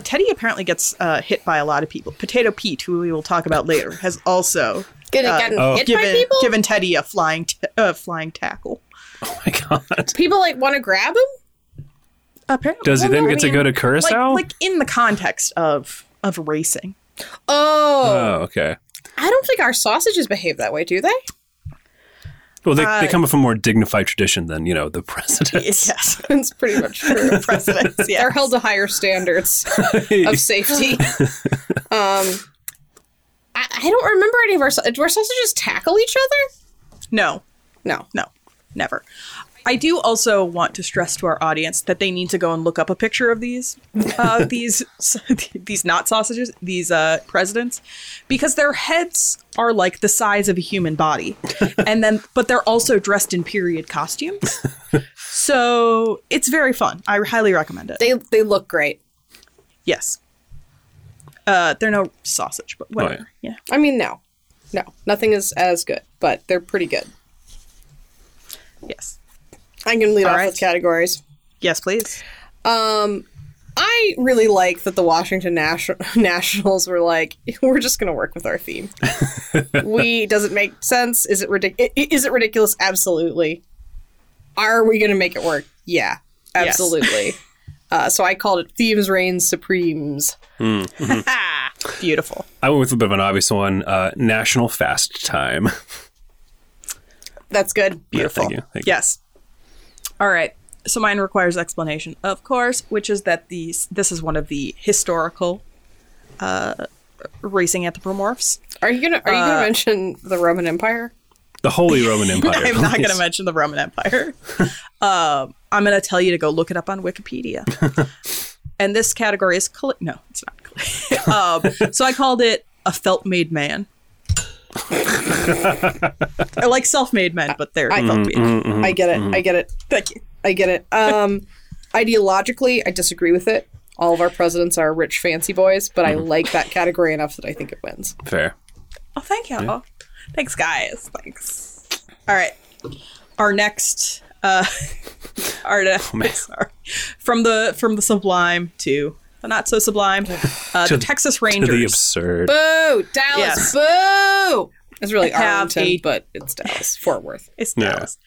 Speaker 2: Teddy apparently gets uh, hit by a lot of people. Potato Pete, who we will talk about later, has also
Speaker 3: Getting gotten
Speaker 1: oh.
Speaker 3: hit by
Speaker 2: given
Speaker 3: people?
Speaker 2: given Teddy a flying t- uh, flying tackle.
Speaker 1: Oh my god!
Speaker 3: people like want to grab him?
Speaker 2: Apparently,
Speaker 1: Does he then
Speaker 3: no, I
Speaker 1: get to
Speaker 3: mean,
Speaker 1: go to
Speaker 2: like,
Speaker 1: Curacao?
Speaker 2: like in the context of of racing.
Speaker 3: Oh,
Speaker 1: Oh, okay.
Speaker 3: I don't think our sausages behave that way, do they?
Speaker 1: Well, they, they
Speaker 2: Uh,
Speaker 1: come from a more dignified tradition than, you know, the president.
Speaker 2: Yes,
Speaker 3: That's pretty much true.
Speaker 2: precedence. Yeah,
Speaker 3: They're held to higher standards of safety. um, I, I don't remember any of our. sa- Do our sausages tackle each other?
Speaker 2: no,
Speaker 3: No.
Speaker 2: no, never. I do also want to stress to our audience that they need to go and look up a picture of these, uh, these, these not sausages, these uh, presidents, because their heads are like the size of a human body, and then but they're also dressed in period costumes. So it's very fun. I highly recommend it.
Speaker 3: They they look great.
Speaker 2: yes. Uh, they're no sausage, but whatever. yeah.
Speaker 3: I mean, no, no, nothing is as good, but they're pretty good.
Speaker 2: Yes.
Speaker 3: I can lead
Speaker 2: All
Speaker 3: off
Speaker 2: right.
Speaker 3: with categories.
Speaker 2: Yes, please.
Speaker 3: Um, I really like that the Washington Nation- Nationals were like, we're just going to work with our theme. we does it make sense? Is it ridiculous? Is it ridiculous? Absolutely. Are we going to make it work? Yeah,
Speaker 2: Yes.
Speaker 3: absolutely. uh, so I called it themes reign supremes.
Speaker 2: Ah, Beautiful.
Speaker 1: I went with a bit of an obvious one uh, National Fast Time.
Speaker 3: That's good.
Speaker 2: Beautiful.
Speaker 1: Thank you. Thank you.
Speaker 2: yes. All right. So mine requires explanation, of course, which is that these this is one of the historical uh, racing anthropomorphs.
Speaker 3: Are you gonna Are you
Speaker 1: Uh,
Speaker 3: gonna mention the Roman Empire?
Speaker 1: The Holy Roman Empire.
Speaker 2: I'm not going to
Speaker 1: please.
Speaker 2: mention the Roman Empire. Um I'm going to tell you to go look it up on Wikipedia. and this category is colli- no, it's not. Colli- um, so I called it a felt-made man. I like self-made men, but they're felt-made.
Speaker 3: I get it. I get it.
Speaker 2: Thank you.
Speaker 3: I get it. Um, ideologically, I disagree with it. All of our presidents are rich, fancy boys, but I like that category enough that I think it wins.
Speaker 1: Fair.
Speaker 2: Oh, thank you. Thanks, guys. Thanks. All right. Our next, uh, our next, sorry. from the from the sublime to the not so sublime, uh, the Texas
Speaker 1: To the
Speaker 2: Rangers.
Speaker 1: absurd.
Speaker 3: Boo,
Speaker 2: Yes.
Speaker 3: Dallas, boo. It's really
Speaker 2: I have
Speaker 3: Arlington,
Speaker 2: a-
Speaker 3: but it's Dallas, Fort Worth.
Speaker 2: It's
Speaker 1: Yeah.
Speaker 2: Dallas.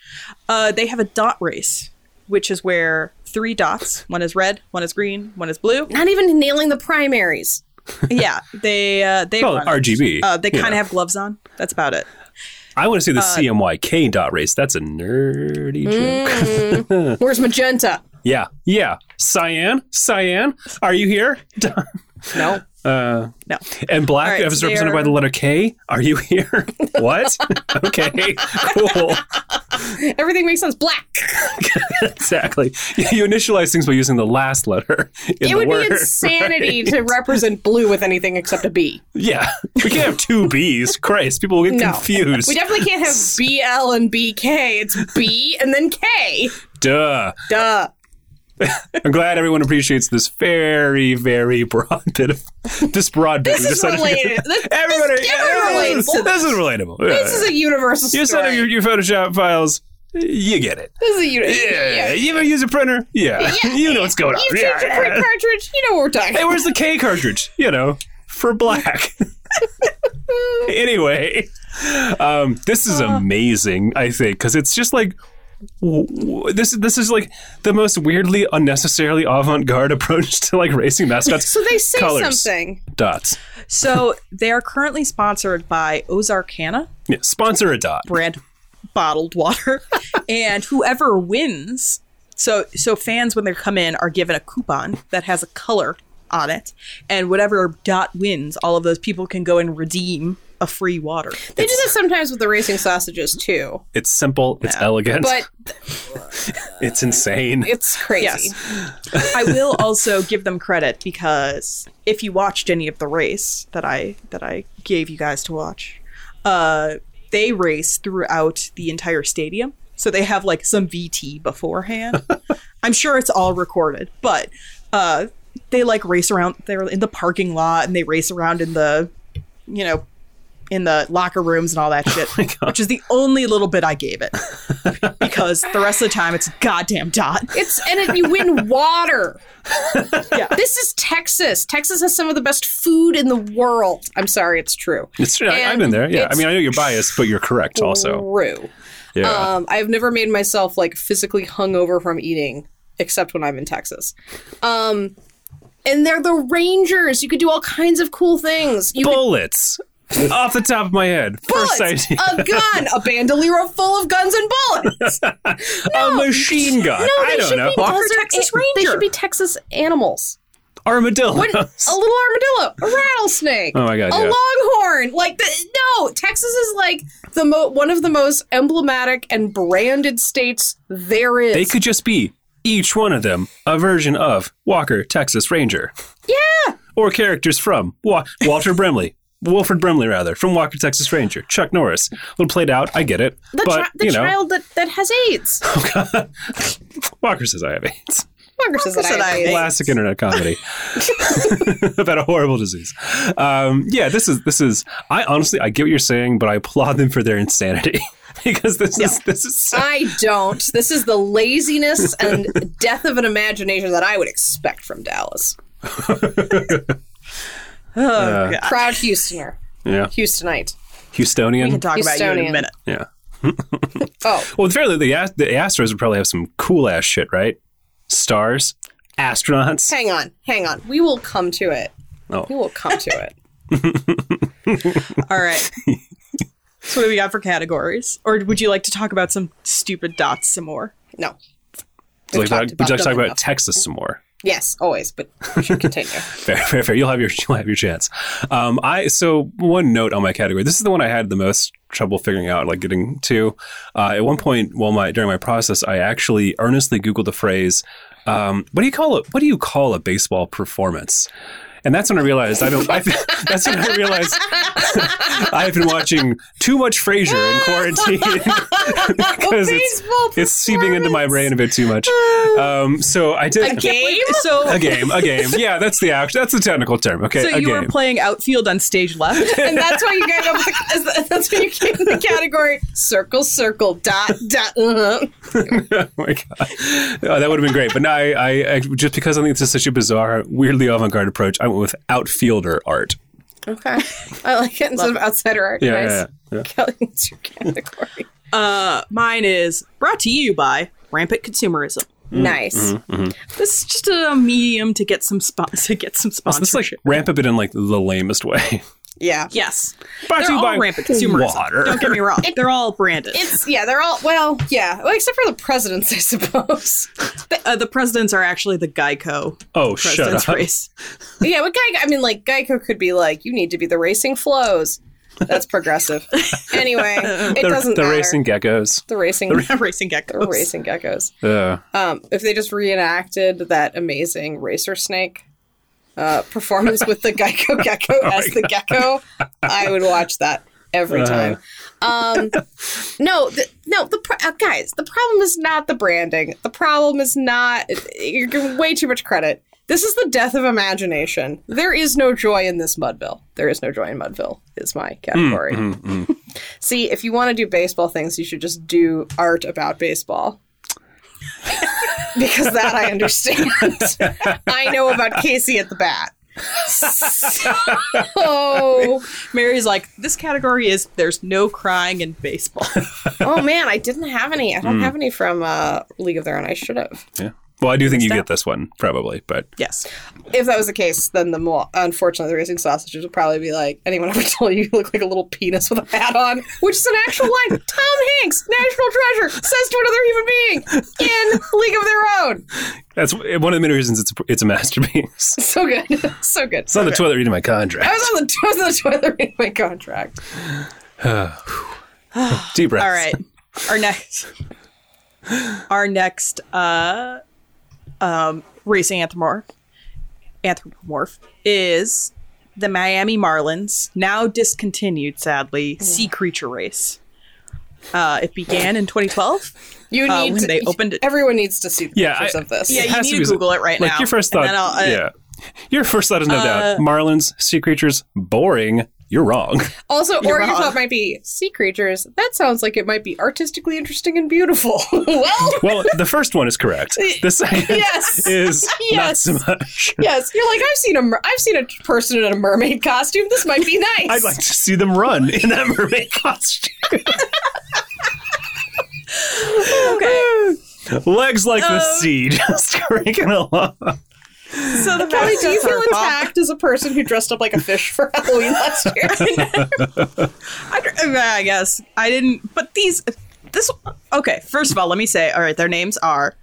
Speaker 2: Uh, they have a dot race, which is where three dots. One is red, one is green, one is blue.
Speaker 3: Not even nailing the primaries.
Speaker 2: yeah, they uh, they
Speaker 1: Well,
Speaker 2: run it.
Speaker 1: RGB,
Speaker 2: Uh, they
Speaker 1: you
Speaker 2: kind of
Speaker 1: know.
Speaker 2: have gloves on. That's about it.
Speaker 1: I want to
Speaker 2: uh,
Speaker 1: see the CMYK dot race. That's a nerdy joke.
Speaker 2: Mm.
Speaker 3: Where's magenta?
Speaker 1: Yeah. Yeah. Cyan? Cyan? Are you here?
Speaker 3: No.
Speaker 2: No.
Speaker 1: And black
Speaker 2: All right,
Speaker 1: is
Speaker 2: so
Speaker 1: represented by
Speaker 2: they're-
Speaker 1: the letter K. Are you here? what? Okay. Cool.
Speaker 3: Everything makes sense. Black.
Speaker 1: exactly. You, you initialize things by using the last letter in
Speaker 3: It
Speaker 1: the
Speaker 3: would
Speaker 1: word.
Speaker 3: be insanity to represent blue with anything except a B.
Speaker 1: Yeah. We can't have two Bs. Christ, people will get
Speaker 3: No.
Speaker 1: confused.
Speaker 3: We definitely can't have BL and BK. It's B and then K.
Speaker 1: Duh.
Speaker 3: Duh.
Speaker 1: I'm glad everyone appreciates this very, very broad bit of this broad bit.
Speaker 3: This is related. This-
Speaker 1: Everyone,
Speaker 3: this- everyone relates to
Speaker 1: this is relatable.
Speaker 3: This is a universal
Speaker 1: you set up
Speaker 3: story.
Speaker 1: your, your Photoshop files. You get it.
Speaker 3: this is a uni-
Speaker 1: Yeah. You ever use a printer? Yeah. you know what's going on.
Speaker 3: You
Speaker 1: Yeah.
Speaker 3: change your print cartridge. You know what we're talking.
Speaker 1: Hey, where's the K cartridge? You know, for black. anyway, um, this
Speaker 3: Uh.
Speaker 1: is amazing. I think because it's just like w- w- this. This is like the most weirdly, unnecessarily avant-garde approach to like racing mascots.
Speaker 3: So they say
Speaker 1: Colors.
Speaker 3: something.
Speaker 1: dots.
Speaker 2: So they are currently sponsored by Ozarkana.
Speaker 1: Yeah, sponsor a dot.
Speaker 2: brand bottled water and whoever wins so so fans when they come in are given a coupon that has a color on it and whatever dot wins all of those people can go and redeem a free water
Speaker 3: They do that sometimes with the racing sausages too,
Speaker 1: It's simple. It's elegant.
Speaker 3: but
Speaker 1: it's insane.
Speaker 3: it's crazy.
Speaker 2: yes i will also give them credit because if you watched any of the race that i that i gave you guys to watch uh they race throughout the entire stadium so they have like some vt beforehand i'm sure it's all recorded but uh they like race around they're in the parking lot and they race around in the you know in the locker rooms and all that shit which is the only little bit i gave it because the rest of the time it's a goddamn dot
Speaker 3: It's and it, you win water.
Speaker 2: Yeah.
Speaker 3: This is Texas. Texas has some of the best food in the world. I'm sorry, it's true.
Speaker 1: It's true. I, I've
Speaker 3: And
Speaker 1: been there. Yeah. I
Speaker 3: it's
Speaker 1: mean, I know you're biased, but you're correct also.
Speaker 3: True.
Speaker 1: Yeah.
Speaker 3: Um, I've never made myself like physically hungover from eating, except when I'm in Texas. Um, and they're the Rangers. You could do all kinds of cool things. You
Speaker 1: bullets. Off the top of my head,
Speaker 3: bullets,
Speaker 1: first idea.
Speaker 3: a gun, a bandolier full of guns and bullets.
Speaker 1: a machine gun.
Speaker 3: No, they
Speaker 1: I don't
Speaker 3: should
Speaker 1: know.
Speaker 3: be desert
Speaker 2: Texas
Speaker 3: an- They
Speaker 2: Ranger.
Speaker 3: should be Texas animals.
Speaker 1: Armadillos.
Speaker 3: What? a little armadillo, a rattlesnake.
Speaker 1: Oh my God,
Speaker 3: A
Speaker 1: yeah.
Speaker 3: longhorn. Like the, no, Texas is like the mo- one of the most emblematic and branded states there is.
Speaker 1: They could just be each one of them a version of Walker, Texas Ranger.
Speaker 3: yeah.
Speaker 1: or characters from Wa- Walter Brimley, Wilfred Brimley rather, from Walker Texas Ranger, Chuck Norris. A little played out, I get it,
Speaker 3: The,
Speaker 1: but
Speaker 3: chi- the
Speaker 1: you know,
Speaker 3: child that, that has AIDS.
Speaker 1: Walker says I have AIDS.
Speaker 3: Walker says
Speaker 2: Walker said
Speaker 3: that I have
Speaker 2: I-
Speaker 3: AIDS.
Speaker 1: Classic internet comedy about a horrible disease. Um, yeah, this is this is. I honestly, I get what you're saying, but I applaud them for their insanity because this is this is so
Speaker 3: I don't. This is the laziness and death of an imagination that I would expect from Dallas.
Speaker 2: Oh, God.
Speaker 3: Proud Houstoner.
Speaker 1: yeah
Speaker 3: Houstonite.
Speaker 2: We can
Speaker 1: Houstonian.
Speaker 2: talk about you in
Speaker 3: Houstonian.
Speaker 2: a minute.
Speaker 1: Yeah.
Speaker 3: Oh,
Speaker 1: Well, fairly, the Ast- the Astros would probably have some cool ass shit, right? Stars, astronauts.
Speaker 3: hang on. Hang on. We will come to it.
Speaker 1: Oh.
Speaker 3: We will come to it.
Speaker 2: All right. so what do we got for categories? Or would you like to talk about some stupid dots some more?
Speaker 3: No.
Speaker 1: Would you like
Speaker 3: We've talked
Speaker 1: to talk- would you like to talk
Speaker 3: them
Speaker 1: about
Speaker 3: enough.
Speaker 1: Texas some more?
Speaker 3: Yes, always, but we should continue.
Speaker 1: fair, fair, fair. You'll have your you'll have your chance. Um, I so one note on my category. This is the one I had the most trouble figuring out, like getting to. Uh, at one point, while my during my process, I actually earnestly googled the phrase, um, "What do you call it? What do you call a baseball performance?" And that's when I realized I don't. I, that's when I realized I've been watching too much Frasier in quarantine because it's,
Speaker 3: Baseball
Speaker 1: it's seeping into my brain a bit too much. Um, so I did
Speaker 3: Game?
Speaker 2: So
Speaker 1: a game, a game. Yeah, that's the act. That's the technical term. Okay,
Speaker 2: so
Speaker 1: a
Speaker 2: you
Speaker 1: game.
Speaker 2: were playing outfield on stage left.
Speaker 3: And that's why you guys up with the, that's why you came to the category circle, circle, dot, dot. Uh-huh.
Speaker 1: oh my god, oh, that would have been great. But now I, I, I just because I think this is such a bizarre, weirdly avant-garde approach, I went with outfielder art.
Speaker 3: Okay. I like it instead of outsider art.
Speaker 1: Yeah,
Speaker 3: nice.
Speaker 1: yeah, yeah.
Speaker 3: Kelly, what's your category?
Speaker 2: Uh, mine is brought to you by rampant consumerism.
Speaker 1: Mm-hmm.
Speaker 3: nice.
Speaker 2: This is just a medium to get some spon- to get some
Speaker 1: This is like
Speaker 2: sponsorship.
Speaker 1: ramp up it in like the lamest way.
Speaker 3: Yeah.
Speaker 2: yes,
Speaker 1: Brought to
Speaker 2: they're
Speaker 1: you
Speaker 2: all
Speaker 1: by
Speaker 2: rampant consumerism.
Speaker 1: water.
Speaker 2: Don't get me wrong; they're all branded.
Speaker 3: It's yeah, they're all well, yeah. Well, except for the presidents, I suppose.
Speaker 2: Uh, the presidents are actually the Geico
Speaker 1: Oh, shut
Speaker 2: presidents
Speaker 1: up.
Speaker 2: race.
Speaker 3: But yeah, but Geico I mean like Geico could be like, you need to be the racing flows. That's progressive. anyway, it
Speaker 1: The,
Speaker 3: doesn't
Speaker 1: the
Speaker 3: matter.
Speaker 1: racing geckos.
Speaker 3: the racing
Speaker 2: racing
Speaker 3: the
Speaker 2: geckos.
Speaker 3: racing geckos.
Speaker 1: Uh,
Speaker 2: Oh.
Speaker 3: Um, if they just reenacted that amazing racer snake uh, performance with the Geico gecko as the gecko, I would watch that every time. Um, no, the, no, the pro- uh, guys. The problem is not the branding. The problem is not you're giving way too much credit. This is the death of imagination. There is no joy in this Mudville. There is no joy in Mudville. Is my category. See, if you want to do baseball things, you should just do art about baseball. because that I understand. I know about Casey at the bat. oh, So,
Speaker 2: Mary's like, this category is there's no crying in baseball.
Speaker 3: oh man, I didn't have any. I don't
Speaker 1: Hmm.
Speaker 3: have any from uh, League of Their Own. I should have.
Speaker 1: yeah. Well, I do think you get this one probably, but
Speaker 2: yes.
Speaker 3: If that was the case, then the mo- unfortunately the racing sausages would probably be like, anyone ever told you you look like a little penis with a hat on, which is an actual line. Tom Hanks, national treasure, says to another human being in League of Their Own.
Speaker 1: that's one of the many reasons it's a, it's a masterpiece. It's
Speaker 3: So good, so good.
Speaker 1: on the toilet reading my
Speaker 3: I
Speaker 1: contract.
Speaker 3: was on the, I was on the toilet reading my contract.
Speaker 1: Deep breath.
Speaker 2: All right. Our next our next uh um racing anthropomorph anthropomorph is the Miami Marlins, now discontinued sadly, sea creature race. Uh, it began in 2012.
Speaker 3: You need
Speaker 2: Uh, when
Speaker 3: to,
Speaker 2: they opened it-
Speaker 3: Everyone needs to see the
Speaker 1: Yeah,
Speaker 3: pictures
Speaker 1: I-
Speaker 3: of this.
Speaker 2: Yeah, you
Speaker 1: has
Speaker 2: need
Speaker 1: to
Speaker 2: to
Speaker 1: be-
Speaker 2: Google it right
Speaker 1: like
Speaker 2: now.
Speaker 1: your first
Speaker 2: and
Speaker 1: thought,
Speaker 2: then I'll,
Speaker 1: yeah.
Speaker 2: uh,
Speaker 1: Your first thought is no doubt Marlins, sea creatures, boring. You're wrong.
Speaker 3: Also, or your
Speaker 2: wrong.
Speaker 3: thought might be sea creatures. That sounds like it might be artistically interesting and beautiful. well,
Speaker 1: Well, the first one is correct. The second
Speaker 3: Yes.
Speaker 1: is not
Speaker 3: Yes.
Speaker 1: so much.
Speaker 3: yes, you're like I've seen a mer- I've seen a person in a mermaid costume. This might be nice.
Speaker 1: I'd like to see them run in that mermaid costume.
Speaker 2: Okay. Um,
Speaker 1: Legs like the sea, just cranking along.
Speaker 2: So the
Speaker 3: Kelly, do you
Speaker 2: mascots
Speaker 3: feel
Speaker 2: are Bob-
Speaker 3: intact as a person who dressed up like a fish for Halloween last year?
Speaker 2: I, gr- I guess I didn't. But these, this. Okay, first of all, let me say. All right, their names are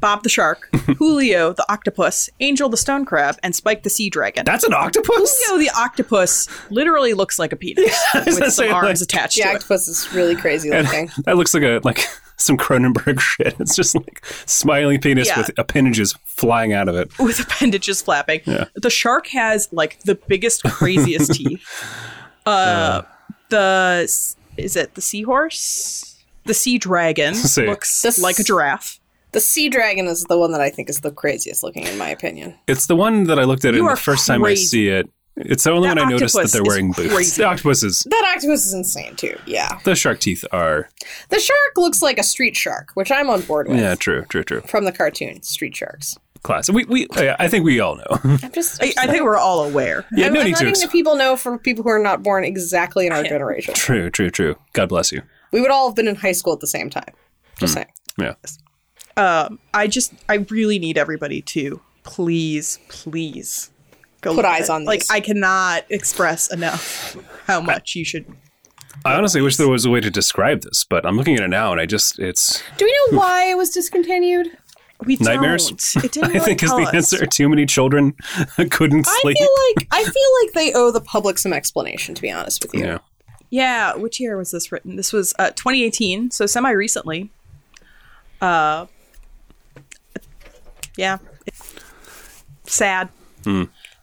Speaker 2: Bob the shark, Julio the octopus, Angel the stone crab, and Spike the sea dragon.
Speaker 1: That's an octopus?
Speaker 2: Julio the octopus literally looks like a penis
Speaker 1: gonna
Speaker 2: with some
Speaker 1: say, like-
Speaker 2: arms attached
Speaker 3: The
Speaker 2: to it.
Speaker 3: octopus is really crazy looking.
Speaker 1: That looks like a like some Cronenberg shit. It's just like smiling penis
Speaker 2: Yeah.
Speaker 1: with appendages flying out of it.
Speaker 2: With appendages flapping. The shark has like the biggest, craziest teeth. Uh, the s- is it the seahorse? The sea dragon
Speaker 1: See.
Speaker 2: looks
Speaker 3: This-
Speaker 2: like a giraffe.
Speaker 3: The sea dragon is the one that I think is the craziest looking, in my opinion.
Speaker 1: It's the one that I looked at
Speaker 2: You
Speaker 1: it and
Speaker 2: are
Speaker 1: the first time I
Speaker 2: crazy.
Speaker 1: see it. It's the only
Speaker 2: That
Speaker 1: one I noticed that
Speaker 2: octopus
Speaker 1: they're
Speaker 2: is
Speaker 1: wearing boots.
Speaker 2: crazy.
Speaker 1: The octopuses,
Speaker 3: That octopus is insane too. Yeah,
Speaker 1: the shark teeth are.
Speaker 3: the shark looks like a street shark, which I'm on board with
Speaker 1: Yeah, true, true, true.
Speaker 3: from the cartoon Street Sharks.
Speaker 1: Class. We, we, I I think we all know.
Speaker 3: I'm just. I'm
Speaker 2: I,
Speaker 3: just-
Speaker 2: I think we're all aware.
Speaker 1: Hmm. Yeah,
Speaker 3: I'm,
Speaker 1: no
Speaker 3: I'm
Speaker 1: need to.
Speaker 3: letting
Speaker 1: ex-
Speaker 3: the people know for people who are not born exactly in our generation.
Speaker 1: True, true, true. God bless you.
Speaker 3: We would all have been in high school at the same time. Just
Speaker 1: Hmm. Yeah.
Speaker 3: saying.
Speaker 2: um, I just I really need everybody to please, please go
Speaker 3: Put
Speaker 2: look at
Speaker 3: eyes
Speaker 2: it.
Speaker 3: on
Speaker 2: Like
Speaker 3: these.
Speaker 2: I cannot express enough how much you should.
Speaker 1: I honestly wish there was a way to describe this, but I'm looking at it now and I just, it's
Speaker 3: Do we
Speaker 1: Hmm.
Speaker 3: know why it was discontinued?
Speaker 2: We
Speaker 1: Nightmares?
Speaker 2: Don't. It didn't
Speaker 1: I
Speaker 2: really
Speaker 1: think is
Speaker 2: tell
Speaker 1: the
Speaker 2: us.
Speaker 1: answer. Too many children couldn't
Speaker 3: I
Speaker 1: sleep.
Speaker 3: feel like I feel like they owe the public some explanation. To be honest with you,
Speaker 1: yeah.
Speaker 2: Yeah, which year was this written? This was uh, 2018, so semi recently. Uh, yeah, sad.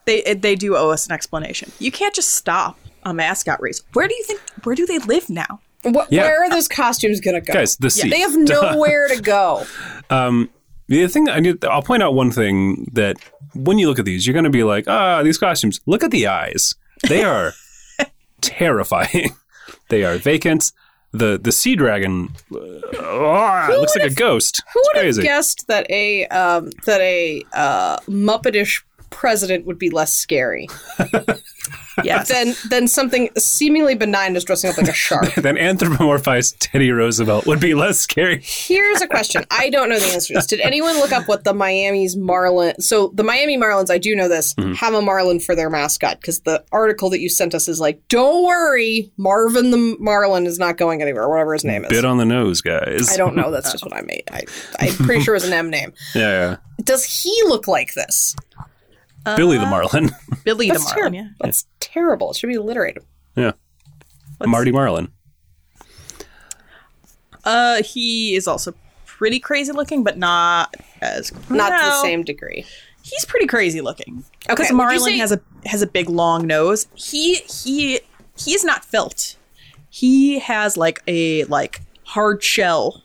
Speaker 2: They it- they do owe us an explanation. You can't just stop a mascot race. Where do you think? Where do they live now?
Speaker 3: Wh-
Speaker 1: Yeah.
Speaker 3: where are those costumes going to go?
Speaker 1: Guys, the sea.
Speaker 3: they have nowhere to go.
Speaker 1: The thing I need, I'll point out one thing that when you look at these, you're going to be like, ah, these costumes. Look at the eyes. They are terrifying. they are vacant. The the sea dragon uh, ah, looks like a ghost.
Speaker 3: Who
Speaker 1: it's
Speaker 3: would
Speaker 1: crazy.
Speaker 3: have guessed that a um, that a uh, Muppetish president would be less scary
Speaker 2: Yes.
Speaker 3: than than something seemingly benign as dressing up like a shark?
Speaker 1: Then anthropomorphized Teddy Roosevelt would be less scary.
Speaker 3: Here's a question. I don't know the answer to this. Did anyone look up what the Miami's Marlin? So the Miami Marlins, I do know this, have a Marlin for their mascot because the article that you sent us is like, don't worry, Marvin the Marlin is not going anywhere, whatever his name is.
Speaker 1: Bit on the nose, guys.
Speaker 3: I don't know. That's just what I made. I, I'm pretty sure it was an M name.
Speaker 1: Yeah,
Speaker 3: Does he look like this? Uh,
Speaker 1: yeah. Billy the Marlin.
Speaker 2: Billy the
Speaker 3: That's
Speaker 2: Marlin.
Speaker 3: terrible.
Speaker 2: Yeah.
Speaker 3: That's terrible. It should be alliterated.
Speaker 1: yeah. Marty Marlin.
Speaker 2: Uh, he is also pretty crazy looking, but not as
Speaker 3: Not to the
Speaker 2: no,
Speaker 3: same degree.
Speaker 2: He's pretty crazy looking
Speaker 3: Okay,
Speaker 2: because
Speaker 3: would you
Speaker 2: Marlin
Speaker 3: say-
Speaker 2: has a has a big long nose. He he he's not felt. He has like a like hard shell